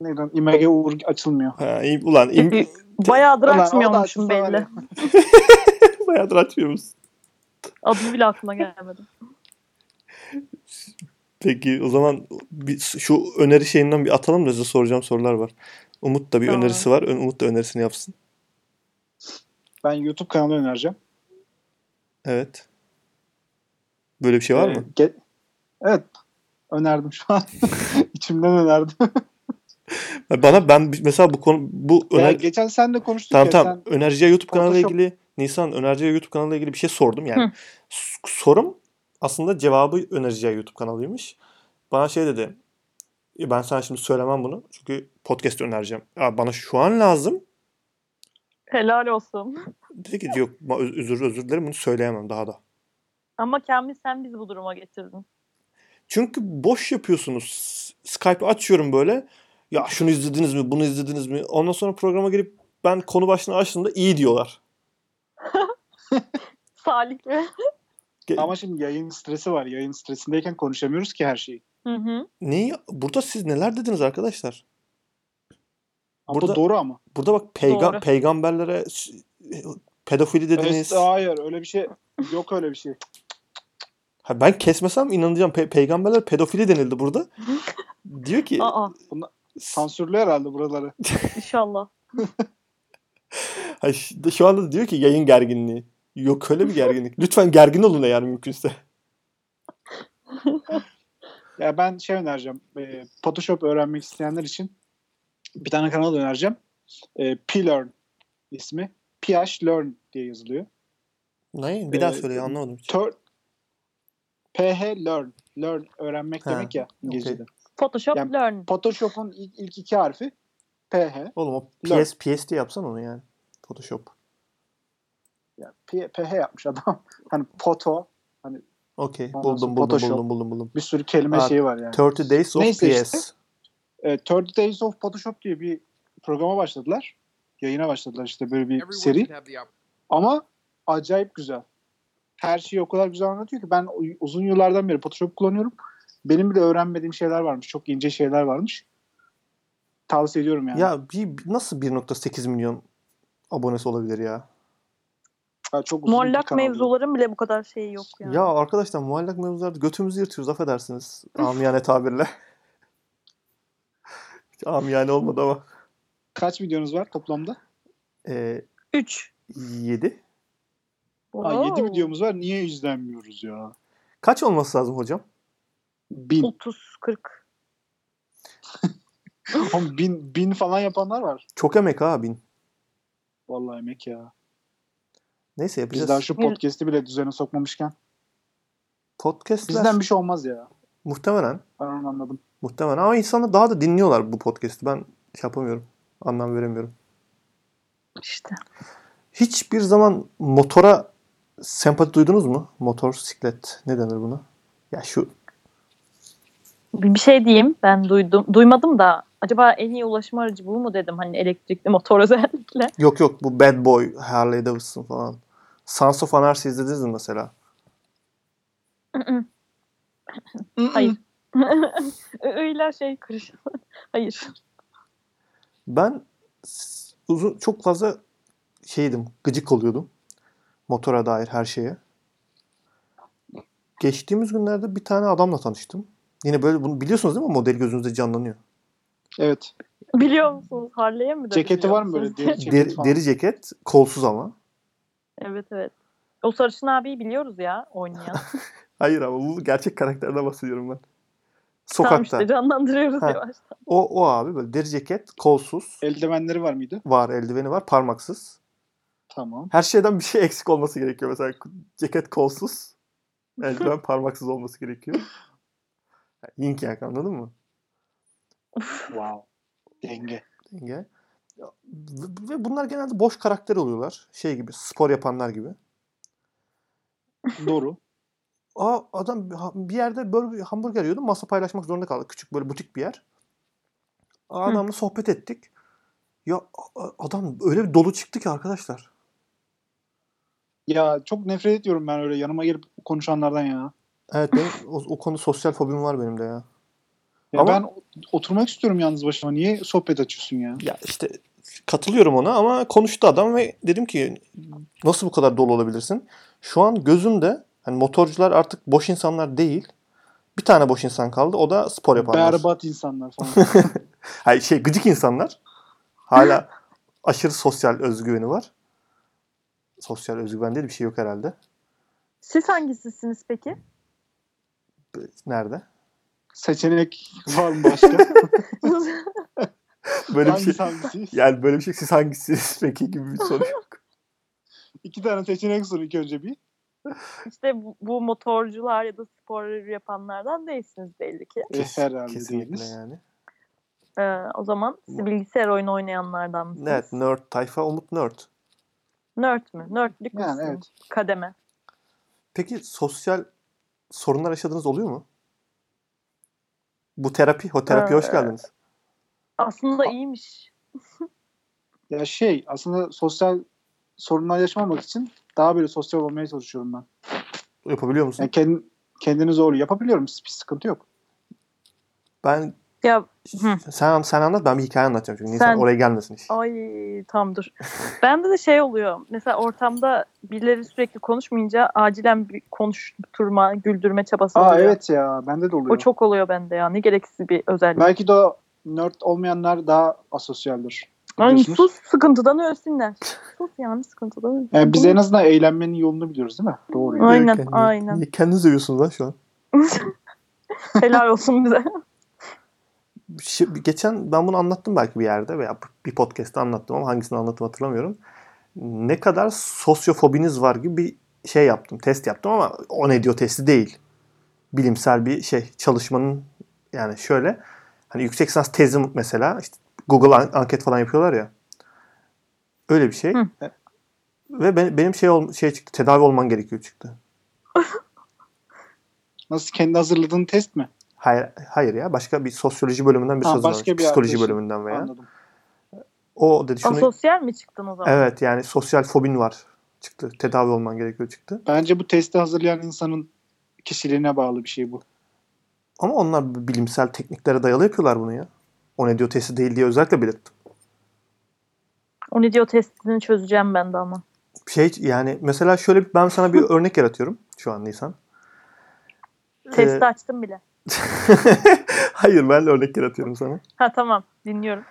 S3: Neydi? onun? IMG Uğur açılmıyor.
S1: Ha, iyi- ulan im-
S2: Bayağıdır
S3: Ulan, o da
S2: açmıyormuşum
S3: açılsa var
S2: belli.
S3: ya.
S1: bayağıdır açmıyoruz.
S2: Adı bile aklıma gelmedi.
S1: Peki o zaman bir, şu öneri şeyinden bir atalım da size soracağım sorular var. Umut da bir
S2: Tamam.
S1: önerisi var. Ö- Umut da önerisini yapsın.
S3: Ben YouTube kanalı önereceğim.
S1: Evet. Böyle bir şey var
S3: Ee,
S1: mı?
S3: ge- evet. Önerdim şu an. İçimden önerdim.
S1: Bana ben mesela bu konu bu
S3: Ya
S1: öner
S3: geçen senle konuştuk
S1: tamam
S3: ya.
S1: tamam Önerjiye YouTube kanalıyla
S3: Photoshop-
S1: ilgili Nisan Önerjiye YouTube kanalıyla ilgili bir şey sordum yani.
S2: Hı.
S1: S- Sorum aslında cevabı Önerjiye YouTube kanalıymış. Bana şey dedi. "E, Ben sana şimdi söylemem bunu. Çünkü podcast önereceğim. Ya bana şu an lazım.
S2: Helal olsun.
S1: Dedi ki yok ma- öz- özür özür dilerim bunu söyleyemem daha da.
S2: Ama Kamil sen bizi bu duruma getirdin.
S1: Çünkü boş yapıyorsunuz. S- Skype açıyorum böyle. Ya şunu izlediniz mi? Bunu izlediniz mi? Ondan sonra programa girip ben konu başlığını açtığımda iyi diyorlar.
S2: Salih ve...
S1: Ge-
S3: sen. Ama şimdi yayın stresi var. Yayın stresindeyken konuşamıyoruz ki her şeyi.
S2: Hı hı.
S1: Neyi? Burada siz neler dediniz arkadaşlar?
S3: Ama
S1: Burada-
S3: Burada, doğru ama.
S1: Burada bak peyga-
S2: Doğru.
S1: peygamberlere s- pedofili dediniz.
S3: Evet, hayır öyle bir şey yok öyle bir şey.
S1: Ha, ben kesmesem inanacağım. Pe- peygamberler pedofili denildi burada. Diyor
S3: E,
S1: ki
S2: Aa
S1: s-
S3: Sansürlü herhalde buraları.
S2: inşallah.
S1: ha, ş- şu anda diyor ki yayın gerginliği. Yok öyle bir gerginlik. Lütfen gergin olun eğer mümkünse.
S3: Ya ben şey önereceğim. e, Photoshop öğrenmek isteyenler için bir tane kanal önereceğim. E, P-Learn ismi. PH Learn diye yazılıyor.
S1: Neyin? Bir
S3: Ee,
S1: daha söyle ya, anlamadım. hiç.
S3: Tör, PH Learn. Learn öğrenmek
S1: Ha,
S3: demek ya İngilizce'de.
S2: Photoshop
S3: Yani-
S2: Learn.
S3: Photoshop'un ilk, ilk iki harfi PH.
S1: Oğlum o
S3: Lan.
S1: PS, PS diye yapsan onu yani. Photoshop.
S3: Yani P- PH yapmış adam. Hani foto
S1: Okey.
S3: Ondan
S1: Buldum
S3: sonra
S1: buldum,
S3: Photoshop.
S1: buldum buldum buldum.
S3: bir sürü kelime
S1: Ha,
S3: şeyi var yani.
S1: 30 Days of
S3: Neyse
S1: PS.
S3: işte. E, 30 Days of Photoshop diye bir programa başladılar. Yayına başladılar işte böyle bir
S4: Everyone
S3: seri.
S4: should have the opportunity.
S3: Ama acayip güzel. Her şeyi o kadar güzel anlatıyor ki ben u- uzun yıllardan beri Photoshop kullanıyorum. Benim bile öğrenmediğim şeyler varmış. Çok ince şeyler varmış. Tavsiye ediyorum yani.
S1: Ya bir, nasıl 1.8 milyon abonesi olabilir ya?
S3: Ya çok uzun bir
S2: Mollak
S3: kanal.
S2: mevzuların bile bu kadar şeyi yok yani.
S1: Ya arkadaşlar muallak mevzularda götümüzü yırtıyoruz affedersiniz. Amiyane tabirle. Hiç amiyane olmadı ama.
S3: Kaç videonuz var toplamda?
S1: Ee,
S2: 3.
S1: 7.
S3: Aa, 7 videomuz var. Niye izlenmiyoruz ya?
S1: Kaç olması lazım hocam?
S3: 1000.
S2: 30 40.
S3: Oğlum bin, bin falan yapanlar var.
S1: Çok emek ha bin.
S3: Vallahi emek ya.
S1: Neyse
S3: Biz
S1: yapacağız.
S3: daha şu
S2: Bir-
S3: podcast'i bile düzene sokmamışken.
S1: Podcastler
S3: Bizden bir şey olmaz ya.
S1: muhtemelen
S3: Ben onu anladım.
S1: muhtemelen ama insanlar daha da dinliyorlar bu podcast'i. Ben şey yapamıyorum. Anlam veremiyorum.
S2: İşte.
S1: Hiçbir zaman motora sempati duydunuz mu? Motor, siklet ne denir buna? Ya şu
S2: Bir bir şey diyeyim. Ben duydum. Duymadım da acaba en iyi ulaşım aracı bu mu dedim hani elektrikli motor özellikle.
S1: yok yok bu Bad Boy Harley Davidson falan. Sons of Anarchy izlediniz mi mesela?
S2: Hayır. Öyle şey kırışım. Hayır.
S1: Ben s- uzun çok fazla şeydim, gıcık oluyordum. Motora dair her şeye. Geçtiğimiz günlerde bir tane adamla tanıştım. Yine böyle bunu biliyorsunuz değil mi? Model gözünüzde canlanıyor.
S3: Evet.
S2: Biliyor musunuz Harley'e mi? dedi,
S3: Ceketi
S2: biliyor
S3: var mı böyle?
S2: musunuz?
S3: Deri, ceket
S1: Deri,
S3: falan.
S1: deri ceket, kolsuz ama.
S2: evet evet. O sarışın abiyi biliyoruz ya oynayan.
S1: Hayır ama bu gerçek karakterden bahsediyorum ben.
S2: Tamam
S1: Sokakta.
S2: işte canlandırıyoruz
S1: Ha.
S2: yavaştan.
S1: O, o abi böyle deri ceket, kolsuz,
S3: Eldivenleri var mıydı?
S1: var eldiveni var, parmaksız.
S3: Tamam.
S1: Her şeyden bir şey eksik olması gerekiyor. Mesela ceket kolsuz, eldiven parmaksız olması gerekiyor. Yani Yin yang anladın mı?
S3: Wow. Denge.
S1: Denge. Ya, Ve ve bunlar genelde boş karakter oluyorlar. Şey gibi, spor yapanlar gibi.
S3: Doğru.
S1: Aa adam bir- ha- bir yerde böyle bir hamburger yiyordu. Masa paylaşmak zorunda kaldık. Küçük böyle butik bir yer. Aa,
S2: Hı.
S1: adamla sohbet ettik. Ya a- a- adam öyle bir dolu çıktı ki arkadaşlar.
S3: Ya çok nefret ediyorum ben öyle yanıma gelip konuşanlardan ya.
S1: Evet benim o, o konu sosyal fobim var benim de ya.
S3: Ya
S1: Ama-
S3: ben o- oturmak istiyorum yalnız başıma. Niye sohbet açıyorsun ya?
S1: Ya işte katılıyorum ona ama konuştu adam ve dedim ki nasıl bu kadar dolu olabilirsin? Şu an gözümde hani motorcular artık boş insanlar değil. Bir tane boş insan kaldı. O da spor yapanlar.
S3: Berbat insanlar falan.
S1: Hayır şey gıcık insanlar. Hala aşırı sosyal özgüveni var. Sosyal özgüven diye bir şey yok herhalde.
S2: Siz hangisisiniz peki?
S1: Nerede?
S3: Seçenek var mı başka?
S1: böyle bir şey.
S3: Hangisi hangisi?
S1: Yani böyle bir şey siz hangisiniz peki gibi bir soru yok.
S3: İki tane seçenek sun ilk önce bir.
S2: İşte bu, bu motorcular ya da spor yapanlardan değilsiniz belli ki.
S3: E, herhalde
S1: Kesinlikle
S3: değiliz.
S1: yani.
S2: Ee, o zaman siz bilgisayar oyunu oynayanlardan mısınız?
S1: Evet nerd tayfa Umut nerd.
S2: Nerd mü? Nerdlik
S3: Yani
S2: misin?
S3: evet.
S2: Kademe.
S1: Peki sosyal sorunlar yaşadığınız oluyor mu? Bu terapi, o terapiye hoş
S2: Ee,
S1: geldiniz.
S2: Aslında iyiymiş.
S3: Ya şey aslında sosyal sorunlar yaşamamak için daha böyle sosyal olmaya çalışıyorum ben.
S1: Yapabiliyor musun?
S3: Yani kend, kendini zor yapabiliyorum. Bir sıkıntı yok.
S1: Ben
S2: Ya
S1: Sen- sen sen anlat ben bir hikaye anlatacağım çünkü insan
S2: Sen-
S1: oraya gelmesin hiç.
S2: Ay tam dur. Bende de şey oluyor. Mesela ortamda birileri sürekli konuşmayınca acilen bir konuşturma, güldürme çabası
S3: Aa
S2: oluyor.
S3: evet ya bende de oluyor.
S2: O çok oluyor bende ya. Ne gereksiz bir özellik.
S3: Belki de o nerd olmayanlar daha asosyaldir.
S2: Ay,
S3: biliyorsunuz.
S2: sus sıkıntıdan ölsünler. Sus yani sıkıntıdan ölsünler.
S3: Yani biz en azından eğlenmenin yolunu biliyoruz değil mi? Doğru. yani.
S2: aynen,
S1: Kendini-
S2: aynen.
S1: Niye kendiniz övüyorsunuz lan şu an?
S2: Helal olsun bize.
S1: Bir şey- bir- geçen ben bunu anlattım belki bir yerde veya bir podcast'te anlattım ama hangisini anlattım hatırlamıyorum. Ne kadar sosyofobiniz var gibi bir şey yaptım, test yaptım ama o ne diyor testi değil. Bilimsel bir şey, çalışmanın yani şöyle hani yüksek lisans tezim mesela işte Google an- anket falan yapıyorlar ya. Öyle bir şey.
S2: Hı.
S3: E
S1: Ve ben- benim şey ol- şey çıktı. Tedavi olman gerekiyor çıktı.
S3: Nasıl kendi hazırladığın test mi?
S1: Hayır, hayır ya. Başka bir sosyoloji bölümünden bir
S3: Ha,
S1: söz
S3: başka bir
S1: Psikoloji
S3: arkadaşın.
S1: bölümünden veya.
S3: Anladım.
S1: O dedi şunu...
S2: Asosyal mi çıktın o zaman?
S1: evet yani sosyal fobin var çıktı. Tedavi olman gerekiyor çıktı.
S3: Bence bu testi hazırlayan insanın kişiliğine bağlı bir şey bu.
S1: Ama onlar bu bilimsel tekniklere dayalı yapıyorlar bunu ya. O ne diyor testi değil diye özellikle belirttim.
S2: O ne diyor testini çözeceğim ben de ama.
S1: Şey yani mesela şöyle bir- ben sana bir örnek yaratıyorum şu an Nisan.
S2: Testi
S1: Ee,
S2: açtım bile.
S1: Hayır ben de örnek yaratıyorum sana.
S2: Ha tamam dinliyorum.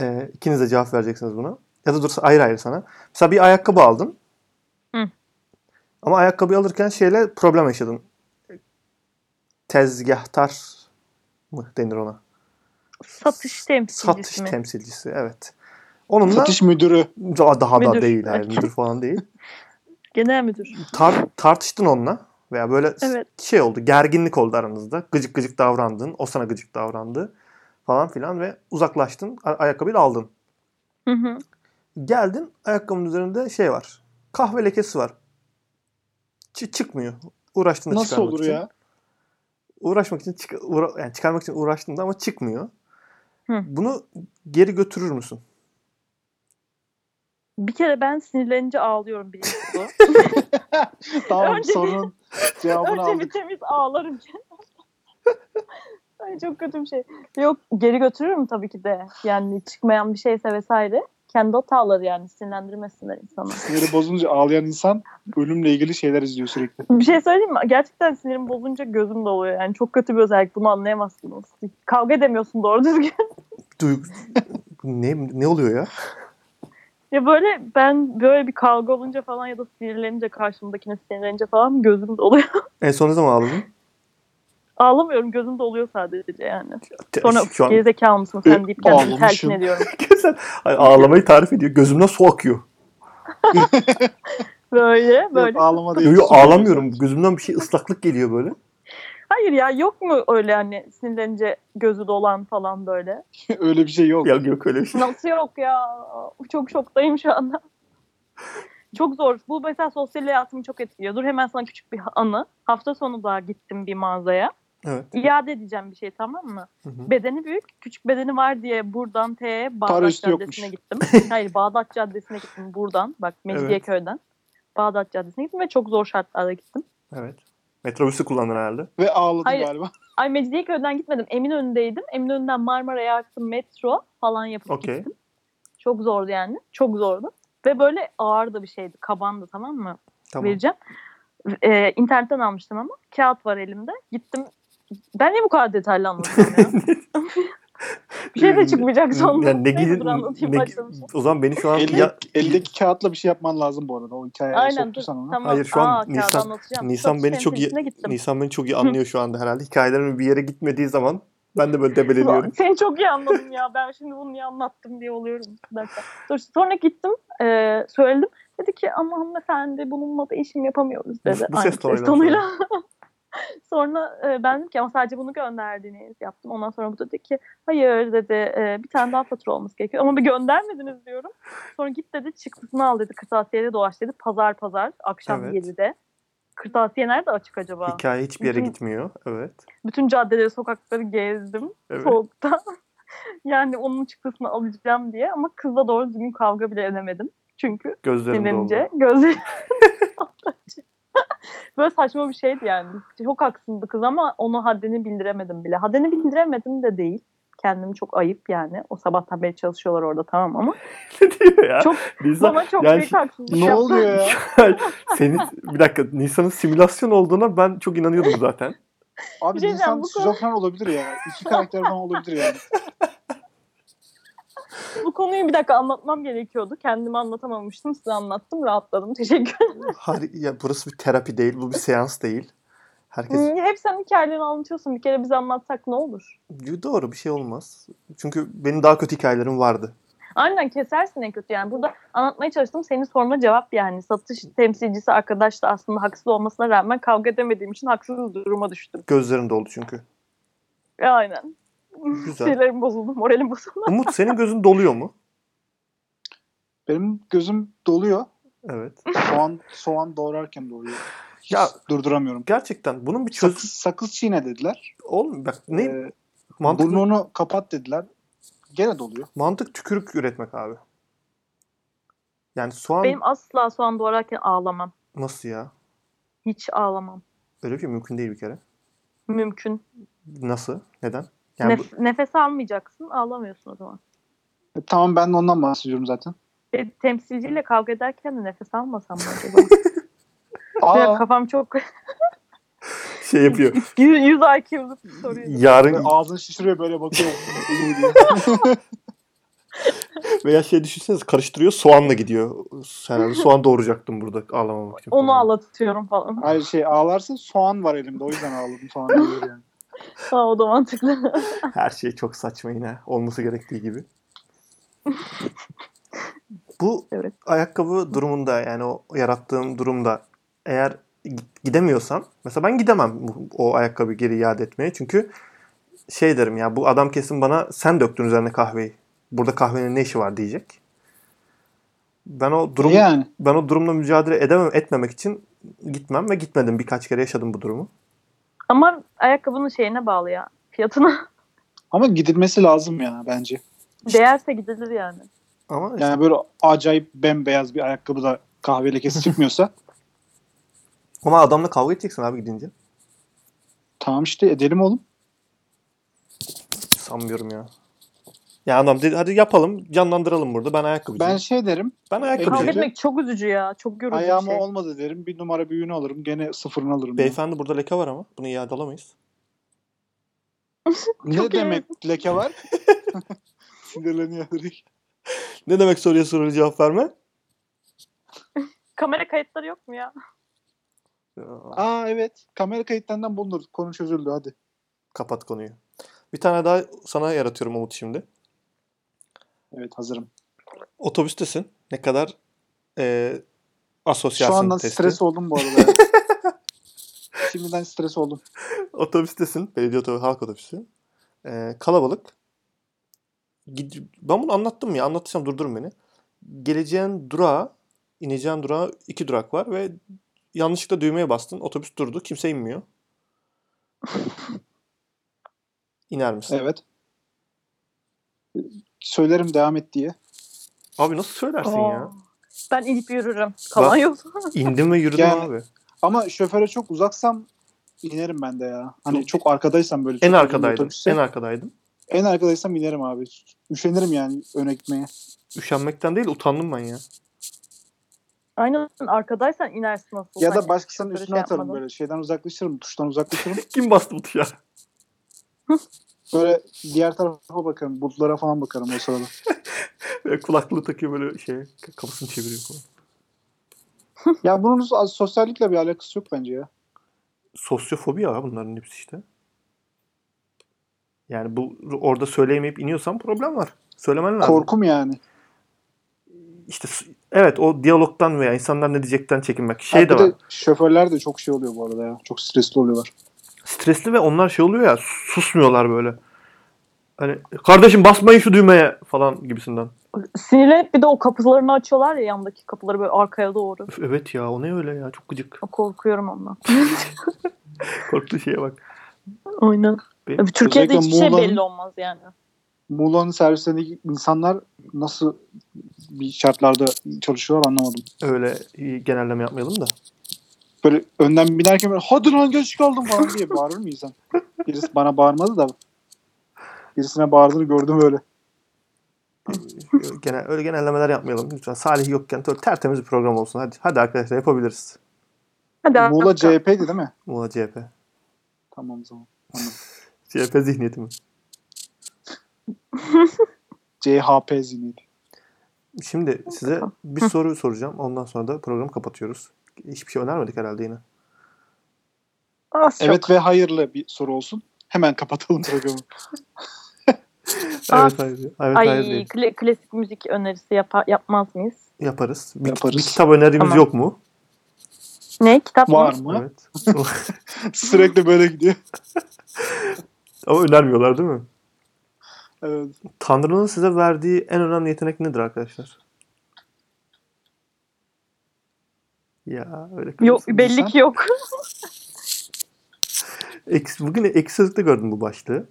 S1: Ee, ikiniz de cevap vereceksiniz buna. Ya da dur ayrı ayrı sana. Mesela bir ayakkabı aldın.
S2: Hı.
S1: Ama ayakkabıyı alırken şeyle problem yaşadın. Tezgahtar mı denir ona?
S2: Satış temsilcisi
S1: Satış
S2: mi?
S1: temsilcisi evet. Onunla
S3: Satış müdürü.
S1: daha, daha da
S2: Müdür.
S1: değil hayır müdür falan değil.
S2: Genel müdür.
S1: Tar- tartıştın onunla veya böyle s-
S2: Evet.
S1: şey oldu gerginlik oldu aranızda. Gıcık gıcık davrandın. O sana gıcık davrandı falan filan ve uzaklaştın. A- ayakkabıyı da aldın.
S2: Hı hı.
S1: Geldin ayakkabının üzerinde şey var. Kahve lekesi var. Çı- çıkmıyor. Uğraştın da
S3: Nasıl
S1: çıkarmak
S3: olur
S1: için.
S3: ya?
S1: Uğraşmak için çık uğra- yani çıkarmak için uğraştın da ama çıkmıyor.
S2: Hı.
S1: Bunu geri götürür müsün?
S2: Bir kere ben sinirlenince ağlıyorum biliyorsun.
S3: Tamam
S2: Önce bir-
S3: sorunun cevabını
S2: Önce bir
S3: aldık.
S2: temiz ağlarım kenara. Ay çok kötü bir şey. Yok geri götürürüm tabii ki de. Yani çıkmayan bir şeyse vesaire. Kendi hataları yani sinirlendirmesinler insanı.
S3: Siniri bozunca ağlayan insan ölümle ilgili şeyler izliyor sürekli.
S2: Bir şey söyleyeyim mi? Gerçekten sinirim bozunca gözüm doluyor. Yani çok kötü bir özellik. Bunu anlayamazsınız. Kavga edemiyorsun doğru düzgün.
S1: Duygu- ne, ne oluyor ya?
S2: ya böyle ben böyle bir kavga olunca falan ya da sinirlenince karşımdakine sinirlenince falan gözüm doluyor.
S1: En son ne zaman ağladın?
S2: Ağlamıyorum gözüm doluyor sadece yani.
S1: Te-
S2: Sonra
S1: şu an
S2: gerizekalı mısın sen deyip kendimi
S3: Ağlamışım.
S2: telkin ediyorum.
S1: Sen- Ay, ağlamayı tarif ediyor. Gözümden su akıyor.
S2: Böyle böyle.
S3: Yok, ağlama değil.
S1: Yo, yo,
S3: Su
S1: ağlamıyorum. Gözümden bir şey ıslaklık geliyor böyle.
S2: Hayır ya yok mu öyle hani sinirlenince gözü dolan falan böyle?
S3: geliyor. Öyle bir şey yok.
S1: Ya yok öyle bir şey.
S2: Nasıl yok ya? Çok şoktayım şu anda. Çok zor. Bu mesela sosyal hayatımı çok etkiliyor. Dur hemen sana küçük bir anı. Hafta sonu daha gittim bir mağazaya.
S1: Evet.
S2: İade edeceğim bir şey tamam mı?
S1: Hı hı.
S2: Bedeni büyük. Küçük bedeni var diye buradan T'ye Bağdat
S3: Paris'te
S2: Caddesi'ne gittim. Hayır Bağdat Caddesi'ne gittim buradan. Bak Mecidiyeköy'den. Bağdat Caddesi'ne gittim ve çok zor şartlarda gittim.
S1: Evet. Metrobüsü kullandın herhalde.
S3: Ve ağladı
S2: Hayır.
S3: galiba.
S2: Ay Mecidiyeköy'den gitmedim. Eminönü'ndeydim. Eminönü'nden Marmara'ya aktım. Metro falan yapıp
S1: Okey.
S2: gittim. Çok zordu yani. Çok zordu. Ve böyle ağır da bir şeydi. Kabandı tamam mı?
S1: Tamam.
S2: Vereceğim. Ee, internetten almıştım ama. Kağıt var elimde. Gittim. Ben niye bu kadar detaylı anlatıyorum ya? bir şey de çıkmayacak sonunda.
S1: Hmm, Yani ne
S2: Neyse,
S1: gidin,
S2: dur anlatayım
S1: ne,
S2: başlamışım.
S1: o zaman beni şu an
S3: Elde-
S1: ya,
S3: Eldeki kağıtla bir şey yapman lazım bu arada. O hikayeye
S2: Aynen,
S3: soktuysan ona.
S2: Tamam.
S1: Hayır, şu an
S2: Aa, kağıdı
S1: Nisan-
S2: anlatacağım.
S1: Nisan
S2: Satış
S1: beni çok iyi-
S2: temsilcisine gittim.
S1: Nisan beni çok iyi anlıyor şu anda herhalde. Hikayelerin bir yere gitmediği zaman Ben de böyle debeleniyorum.
S2: Seni çok iyi anladım ya. Ben şimdi bunu niye anlattım diye oluyorum. Bir dakika. Dur, sonra gittim e, söyledim. Dedi ki ama hanımefendi bununla da işim yapamıyoruz dedi.
S1: Bu- bu ses
S2: Aynı
S1: tonuyla
S2: sonra e, ben dedim ki ama sadece bunu gönderdiniz yaptım. Ondan sonra bu da dedi ki hayır dedi e, bir tane daha fatura olması gerekiyor. Ama bir göndermediniz diyorum. Sonra git dedi çıktısını al dedi. Kırtasiyede doğaç dedi. Pazar pazar akşam
S1: Evet.
S2: 7'de. Kırtasiye nerede açık acaba?
S1: Hikaye hiçbir yere
S2: Bütün-
S1: gitmiyor. Evet.
S2: Bütün caddeleri, sokakları gezdim
S1: Evet.
S2: soğukta. yani onun çıktısını alacağım diye ama kızla doğru düzgün kavga bile edemedim. Çünkü
S1: Gözlerim doldu.
S2: sinirlenince gözleri Böyle saçma bir şeydi yani. Çok haksızdı kız ama onu haddini bildiremedim bile. Haddini bildiremedim de değil. Kendimi çok ayıp yani. O sabahtan beri çalışıyorlar orada tamam ama.
S1: Ne diyor ya?
S2: Çok-
S1: Nisan,
S2: Bana çok
S1: yani
S2: büyük haksızlık
S3: Ne
S2: yaptı.
S3: oluyor ya?
S1: senin bir dakika Nisan'ın simülasyon olduğuna ben çok inanıyordum zaten.
S3: Abi
S2: Bir şey diyeceğim,
S3: insan
S2: bu
S3: şizofren olabilir ya. İki karakter falan olabilir yani.
S2: Bu konuyu bir dakika anlatmam gerekiyordu. Kendimi anlatamamıştım. Size anlattım. Rahatladım. Teşekkür
S1: Hayır, ya burası bir terapi değil, bu bir seans değil. Herkes
S2: ederim. Hep sen hikayelerini anlatıyorsun. Bir kere bize anlatsak ne olur?
S1: doğru bir şey olmaz. Çünkü benim daha kötü hikayelerim vardı.
S2: Aynen kesersin en kötü yani. Burada anlatmaya çalıştım. Senin soruna cevap yani. Satış temsilcisi arkadaş da aslında haksız olmasına rağmen kavga edemediğim için haksız duruma düştüm.
S1: Gözlerim doldu çünkü.
S2: E, aynen.
S1: Güzel.
S2: Şeylerim bozuldu, moralim bozuldu.
S1: Umut senin gözün doluyor mu?
S3: Benim gözüm doluyor.
S1: Evet.
S3: Soğan, soğan doğrarken doluyor. Hiç
S1: Ya-
S3: durduramıyorum.
S1: Gerçekten bunun bir
S3: Sakız,
S1: çözüm
S3: sakız çiğne dediler.
S1: oğlum bak ne
S3: Ee,
S1: mantık
S3: burnunu kapat dediler. Gene doluyor.
S1: mantık tükürük üretmek abi. Yani soğan
S2: Benim asla soğan doğrarken ağlamam.
S1: nasıl ya?
S2: Hiç ağlamam.
S1: Öyle bir şey mümkün değil bir kere.
S2: Mümkün.
S1: Nasıl? Neden? Yani bu-
S2: Nef- nefes almayacaksın, ağlamıyorsun o zaman.
S3: E, tamam ben de ondan bahsediyorum zaten.
S2: E, temsilciyle kavga ederken de nefes almasam mı acaba? Ya,
S3: Aa,
S2: kafam çok...
S1: şey yapıyor.
S2: 100, 100 IQ'lu bir soruydu.
S3: ve
S1: Yarın
S3: ağzını şişiriyor böyle bakıyor.
S1: veya şey düşünseniz karıştırıyor soğanla gidiyor. Herhalde soğan doğuracaktım burada ağlamamak için.
S2: Onu
S1: falan.
S2: ağlatıyorum falan.
S3: Hayır şey ağlarsın soğan var elimde o yüzden ağladım falan diyor yani.
S2: Ha, o da mantıklı.
S1: Her şey çok saçma yine. Olması gerektiği gibi. Bu
S2: Evet.
S1: ayakkabı durumunda yani o yarattığım durumda eğer gi- gidemiyorsam mesela ben gidemem bu- o ayakkabı geri iade etmeye çünkü şey derim ya bu adam kesin bana sen döktün üzerine kahveyi. Burada kahvenin ne işi var diyecek. Ben o durum
S3: Yani
S1: ben o durumla mücadele edemem etmemek için gitmem ve gitmedim. Birkaç kere yaşadım bu durumu.
S2: Ama ayakkabının şeyine bağlı ya. Fiyatına
S3: ama gidilmesi lazım ya bence.
S2: değerse gidilir yani.
S1: Ama işte
S3: Yani böyle acayip bembeyaz bir ayakkabı da kahve lekesi çıkmıyorsa
S1: ama adamla kavga edeceksin abi gidince.
S3: tamam işte edelim oğlum.
S1: Sanmıyorum ya. Ya adam dedi hadi yapalım canlandıralım burada ben ayakkabıcıyım.
S3: Ben
S1: Ben,
S3: şey derim
S1: ayakkabıcıyım.
S2: Kavga
S3: Tabii.
S2: etmek çok üzücü ya. Çok yorucu
S3: ayağıma
S2: bir şey.
S3: olmadı derim bir numara büyüğünü alırım gene sıfırını alırım. yani.
S1: Beyefendi burada leke var ama bunu iade alamayız.
S3: Ne
S2: Çok iyi.
S3: demek leke var? Sinirleniyor direkt.
S1: Ne demek soruya soruya cevap verme?
S2: Kamera kayıtları yok mu ya?
S3: Aa evet kamera kayıtlarından bulunur konu çözüldü hadi.
S1: Kapat konuyu. Bir tane daha sana yaratıyorum Umut şimdi.
S3: Evet hazırım.
S1: Otobüstesin. Ne kadar eee asosyalsin
S3: Şu andan
S1: testi.
S3: stres oldum bu arada. Şimdiden stres oldum.
S1: Otobüstesin. Belediye otobüsü, halk otobüsü. Ee, kalabalık. Gid- ben bunu anlattım ya. Anlatırsam durdurun beni. Geleceğin durağa, ineceğin durağa iki durak var ve yanlışlıkla düğmeye bastın. Otobüs durdu. Kimse inmiyor. İner misin?
S3: Evet. Söylerim devam et diye.
S1: Abi nasıl söylersin
S2: Aa,
S1: ya?
S2: Ben inip yürürüm. Kalan
S1: Bak-
S2: yok.
S1: İndim ve yürüdüm
S3: Yani-
S1: abi.
S3: Ama şoföre çok uzaksam inerim ben de ya. Hani çok arkadaysam böyle. çok
S1: En
S3: uzun bir
S1: arkadaydım.
S3: otobüsse,
S1: En arkadaydım.
S3: en arkadaysam inerim abi. Üşenirim yani öne gitmeye.
S1: Üşenmekten değil utandım ben ya.
S2: Aynen arkadaysan inersin asıl.
S3: ya da
S2: Hani
S3: başkasının
S2: şoföre
S3: üstüne
S2: şey
S3: atarım
S2: yapmadan.
S3: böyle. Şeyden uzaklaşırım, tuştan uzaklaşırım.
S1: Kim bastı bu tuşa?
S3: böyle diğer tarafa bakarım, bulutlara falan bakarım o sırada.
S1: Böyle Kulaklığı takıyor böyle şey. Kafasını çeviriyor falan.
S3: ya bunun az- sosyallikle bir alakası yok bence ya.
S1: Sosyofobi ya bunların hepsi işte. Yani bu orada söyleyemeyip iniyorsan problem var. Söylemen lazım.
S3: Korku mu yani?
S1: İşte evet o diyalogtan veya insanlar ne diyecekten çekinmek. Şey
S3: Ha,
S1: de
S3: bir
S1: var.
S3: de şoförler de çok şey oluyor bu arada ya. Çok stresli oluyorlar.
S1: Stresli ve onlar şey oluyor ya susmuyorlar böyle. Hani kardeşim basmayın şu düğmeye falan gibisinden.
S2: Sinirlenip bir de o kapılarını açıyorlar ya yandaki kapıları böyle arkaya doğru.
S1: Öf, evet ya o ne öyle ya çok gıcık.
S2: Korkuyorum ondan.
S1: Korktu şeye bak.
S2: Aynen.
S1: Benim-
S2: Tabii Türkiye'de
S3: Özellikle
S2: hiçbir şey
S3: Muğla'nın-
S2: belli olmaz yani.
S3: Muğla'nın servislerindeki insanlar nasıl bir şartlarda çalışıyorlar anlamadım.
S1: Öyle iyi genelleme yapmayalım da.
S3: Böyle önden binerken böyle hadi lan geç kaldım falan diye bağırır mı insan? Birisi bana bağırmadı da birisine bağırdığını gördüm öyle.
S1: Genel, öyle genellemeler yapmayalım lütfen. Salih yokken böyle tertemiz bir program olsun. Hadi hadi arkadaşlar yapabiliriz.
S2: Hadi
S3: Muğla
S2: arkadaşlar.
S3: CHP'ydi değil mi?
S1: Muğla CHP.
S3: Tamam o zaman.
S1: CHP zihniyeti mi?
S3: CHP zihniydi.
S1: Şimdi size bir soru soracağım. Ondan sonra da programı kapatıyoruz. Hiçbir şey önermedik herhalde yine.
S2: Az çok.
S3: Evet ve hayırlı bir soru olsun. Hemen kapatalım programı.
S2: Aa.
S1: Evet hayır. Evet
S2: Ay
S1: hayır değil.
S2: kla- klasik müzik önerisi yapa- yapmaz mıyız?
S1: Yaparız. Bir,
S3: Yaparız.
S1: bir kitap önerimiz
S2: Tamam.
S1: yok mu?
S2: Ne kitap
S3: Var
S2: mı?
S3: mı?
S1: Evet.
S3: Sürekli böyle gidiyor.
S1: Ama önermiyorlar değil mi?
S3: Evet.
S1: Tanrı'nın size verdiği en önemli yetenek nedir arkadaşlar? Ya öyle
S2: Yok
S1: kalırsa-
S2: belli ki yok.
S1: Eks, bugün eksizlikte gördüm bu başlığı.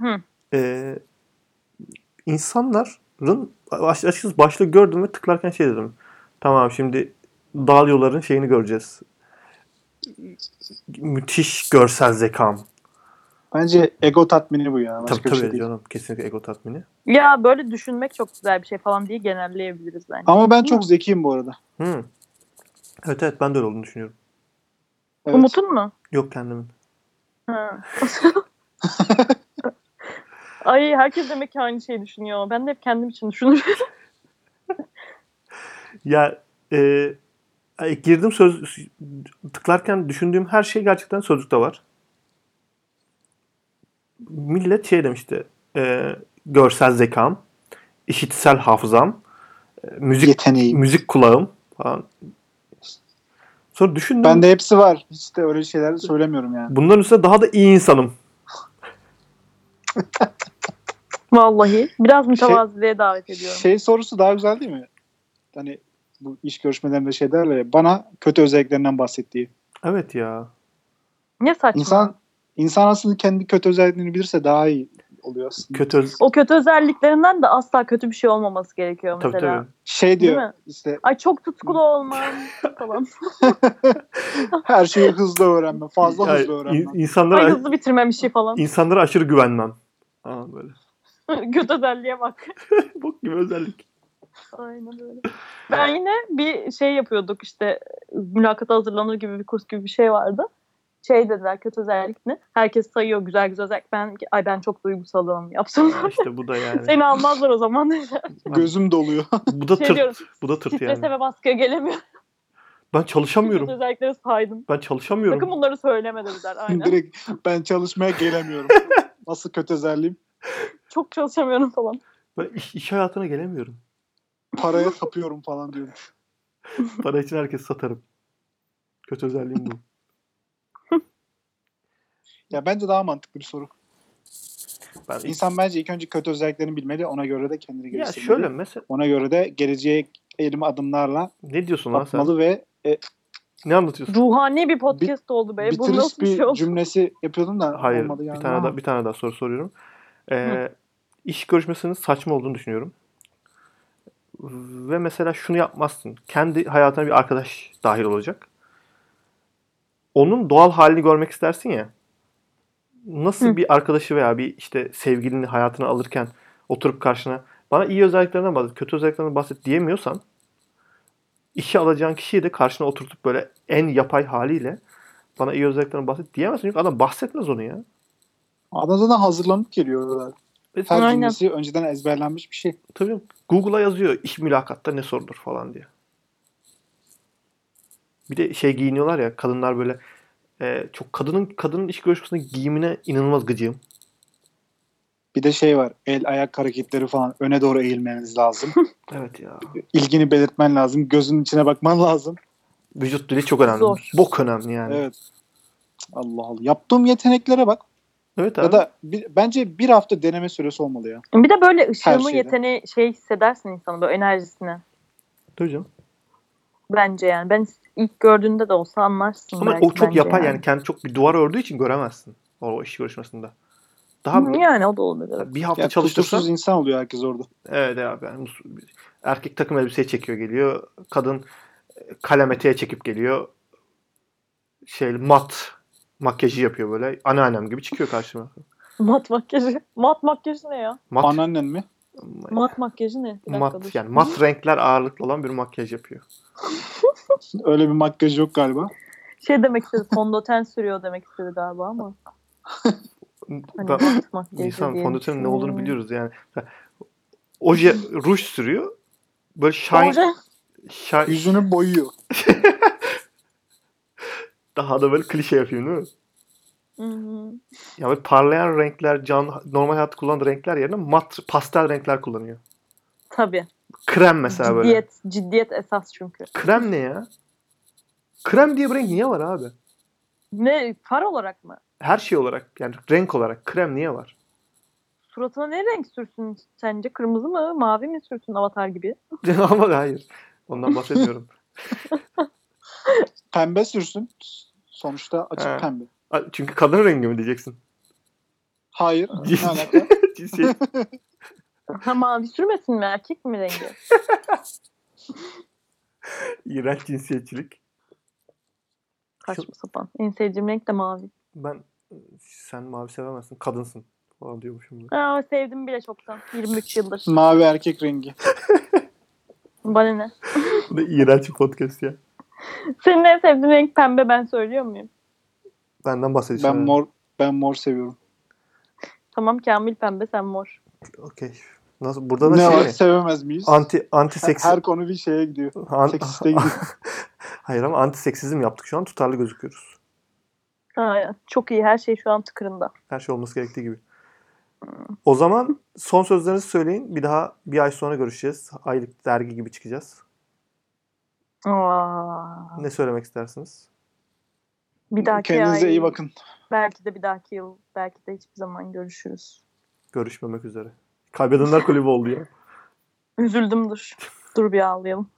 S2: Hı.
S1: Ee, insanların aç- açıkçası başlığı gördüm ve tıklarken şey dedim. Tamam şimdi dal yolların şeyini göreceğiz. Müthiş görsel zekam.
S3: Bence ego tatmini bu ya. Başka
S1: Tabii
S3: bir
S1: tabii
S3: şey değil.
S1: canım kesinlikle ego tatmini.
S2: ya böyle düşünmek çok güzel bir şey falan diye genelleyebiliriz bence.
S3: Ama ben çok zekiyim bu arada.
S1: Hı. Evet evet ben de öyle olduğunu düşünüyorum.
S3: Evet.
S2: Umut'un mu?
S1: Yok kendimin.
S2: Ha. Ay herkes demek ki aynı şeyi düşünüyor. Ben de hep kendim için düşünürüm.
S1: Ya e, ay, girdim söz tıklarken düşündüğüm her şey gerçekten sözlükte var. Millet şey demişti. e, görsel zekam, işitsel hafızam, e, müzik
S3: Yeteneğim.
S1: müzik kulağım falan. Sonra düşündüm.
S3: Bende hepsi var. Hiç de öyle şeyler söylemiyorum yani.
S1: Bunların üstüne daha da iyi insanım.
S2: Vallahi. Biraz mütevaziliğe davet ediyorum.
S3: Şey sorusu daha güzel değil mi? Hani bu iş görüşmelerinde şey derler ya bana kötü özelliklerinden bahsettiği.
S1: Evet ya.
S2: Ne saçma.
S3: İnsan insan aslında kendi kötü özelliklerini bilirse daha iyi oluyor aslında.
S1: Kötü öz-
S2: O kötü özelliklerinden de asla kötü bir şey olmaması gerekiyor
S1: Tabii
S2: mesela.
S1: tabii.
S2: Değil
S3: Şey diyor
S2: mi?
S3: işte
S2: Ay çok tutkulu olmam falan.
S3: her şeyi hızlı öğrenme, fazla
S1: Ya,
S3: hızlı öğrenme.
S1: in- insanlara,
S2: Ay hızlı bitirmem işi falan.
S1: insanlara aşırı güvenmem. Aa, böyle.
S2: kötü özelliğe bak.
S1: Bok gibi özellik.
S2: Aynen öyle. Ben yine bir şey yapıyorduk işte mülakata hazırlanır gibi bir kurs gibi bir şey vardı. Şey dediler kötü özellik ne? Herkes sayıyor güzel güzel özellik. Ben ay ben çok duygusalım yapsam.
S1: İşte bu da yani.
S2: Seni almazlar o zaman. dediler.
S3: Gözüm doluyor.
S1: Bu da
S2: şey
S1: tırt.
S2: diyorum
S1: Bu da tırt
S2: strese
S1: yani.
S2: ve baskıya gelemiyorum.
S1: Ben
S2: Kötü
S1: çalışamıyorum.
S2: özellikleri saydım.
S1: Ben çalışamıyorum.
S2: Sakın bunları söyleme dediler. Aynen.
S3: Direkt ben çalışmaya gelemiyorum. Nasıl kötü özelliğim?
S2: çok çalışamıyorum falan.
S1: Ben iş, iş hayatına gelemiyorum.
S3: Paraya tapıyorum falan diyorum.
S1: Para için herkes satarım. Kötü özelliğim bu.
S3: Ya bence daha mantıklı bir soru.
S1: Ben
S3: İnsan bence ilk önce kötü özelliklerini bilmeli. Ona göre de kendini
S1: ya
S3: geliştirmeli.
S1: şöyle mesela
S3: Ona göre de geleceğe elim adımlarla
S1: ne diyorsun lan sen?
S3: atmalı ve e,
S1: Ne anlatıyorsun?
S2: Ruhani bir podcast oldu be. Bu
S3: bitiriş
S2: nasıl bir
S3: bir
S2: şey oldu?
S3: cümlesi yapıyordum da
S1: Hayır.
S3: olmadı yani.
S1: Bir tane daha bir tane daha soru soruyorum. Ee, iş görüşmesinin saçma olduğunu düşünüyorum. Ve mesela şunu yapmazsın. Kendi hayatına bir arkadaş dahil olacak. Onun doğal halini görmek istersin ya. Nasıl
S2: Hı.
S1: bir arkadaşı veya bir işte sevgilini hayatına alırken oturup karşına bana iyi özelliklerinden bahset, kötü özelliklerinden bahset diyemiyorsan işe alacağın kişiyi de karşına oturtup böyle en yapay haliyle bana iyi özelliklerinden bahset diyemezsin. Çünkü adam bahsetmez onu ya.
S3: Adam zaten hazırlanıp geliyor. orada.
S1: Ve
S3: Her
S2: Aynen.
S3: cümlesi önceden ezberlenmiş bir şey.
S1: Tabii Google'a yazıyor iş mülakatta ne sorulur falan diye. Bir de şey giyiniyorlar ya kadınlar böyle e, çok kadının kadının iş görüşmesinde giyimine inanılmaz gıcığım.
S3: Bir de şey var. El ayak hareketleri falan. Öne doğru eğilmeniz lazım.
S1: Evet ya.
S3: İlgini belirtmen lazım. Gözünün içine bakman lazım.
S1: Vücut dili çok önemli.
S2: Zor.
S1: Bok önemli yani. Evet,
S3: Evet. Allah Allah. Yaptığım yeteneklere bak.
S1: abi.
S3: Ya da bir- bence bir hafta deneme süresi olmalı ya.
S2: Bir de böyle ışığımı
S3: şeyde.
S2: yeteneği şey hissedersin insanın böyle enerjisini.
S1: Tabii canım.
S2: Bence yani. Ben ilk gördüğünde de olsa anlarsın.
S1: Ama
S2: belki
S1: o çok
S2: bence
S1: yapay yani. kendi çok bir duvar ördüğü için göremezsin. O iş görüşmesinde. Daha
S2: Hı, Yani o da olabilir.
S1: bir hafta
S3: ya
S1: çalıştırsan
S3: kusursuz insan oluyor herkes orada.
S1: Evet abi yani mus- erkek takım elbiseye çekiyor geliyor. Kadın e, kalem eteğe çekip geliyor. Şey mat makyajı yapıyor böyle. Anneannem gibi çıkıyor karşıma.
S2: Mat makyajı. Mat makyajı ne ya?
S1: Mat
S3: Anneannen mi?
S2: Mat makyajı ne? Bir dakika dur.
S1: mat yani mat renkler ağırlıklı olan bir makyaj yapıyor.
S3: Öyle bir makyaj yok galiba.
S2: Şey demek istedi. Fondöten sürüyor demek istedi galiba ama. Hani
S1: Ben-
S2: mat makyajı
S1: insan
S2: diye şey
S1: fondötenin ne
S2: düşünüyorum.
S1: olduğunu biliyoruz yani. Oje ruj sürüyor. Böyle shine,
S2: Oje.
S1: shine-
S3: Yüzünü boyuyor.
S1: daha da böyle klişe yapayım değil mi?
S2: Hı hı.
S1: Ya böyle parlayan renkler, can normal hayatta kullandığı renkler yerine mat pastel renkler kullanıyor.
S2: Tabii.
S1: Krem mesela böyle.
S2: ciddiyet, ciddiyet esas çünkü.
S1: Krem ne ya? Krem diye bir renk niye var abi?
S2: Ne far olarak mı?
S1: Her şey olarak yani renk olarak krem niye var?
S2: Suratına ne renk sürsün sence? Kırmızı mı, mavi mi sürsün avatar gibi?
S1: Ama hayır. Ondan bahsetmiyorum.
S3: Pembe sürsün. Sonuçta açık
S1: He.
S3: pembe.
S1: A- Çünkü kadın rengi mi diyeceksin?
S3: Hayır. ne alaka?
S1: Cinsiyet-
S2: Ha mavi sürmesin mi erkek mi rengi?
S1: İğrenç cinsiyetçilik.
S2: Saçma sapan. En sevdiğim renk de mavi.
S1: Ben sen mavi sevemezsin. Kadınsın falan diyormuşum. da.
S2: Aa, sevdim bile çoktan. 23 yıldır.
S3: Mavi erkek rengi.
S2: Bana ne?
S1: Bu da iğrenç bir podcast ya.
S2: Senin en sevdiğin renk pembe ben söylüyor muyum?
S1: Benden
S3: Ben
S1: bahsediyorsun.
S3: mor ben mor seviyorum.
S2: Tamam Kamil pembe sen mor.
S1: Okey. Nasıl burada da
S3: ne
S1: şey
S3: var
S1: mi?
S3: sevemez miyiz?
S1: Anti anti
S3: her,
S1: seks
S3: her konu bir şeye gidiyor. seksiste gidiyor.
S1: Hayır ama anti seksizm yaptık şu an tutarlı gözüküyoruz.
S2: Aa, çok iyi her şey şu an tıkırında.
S1: Her şey olması gerektiği gibi. O zaman son sözlerinizi söyleyin. Bir daha bir ay sonra görüşeceğiz. Aylık dergi gibi çıkacağız.
S2: Aa,
S1: Ne söylemek istersiniz?
S2: bir dahaki
S3: Kendinize
S2: ay,
S3: iyi bakın.
S2: Belki de bir dahaki yıl. Belki de hiçbir zaman görüşürüz.
S1: Görüşmemek üzere. Kaybedenler kulübü oldu ya.
S2: Üzüldüm dur. Dur bir ağlayalım.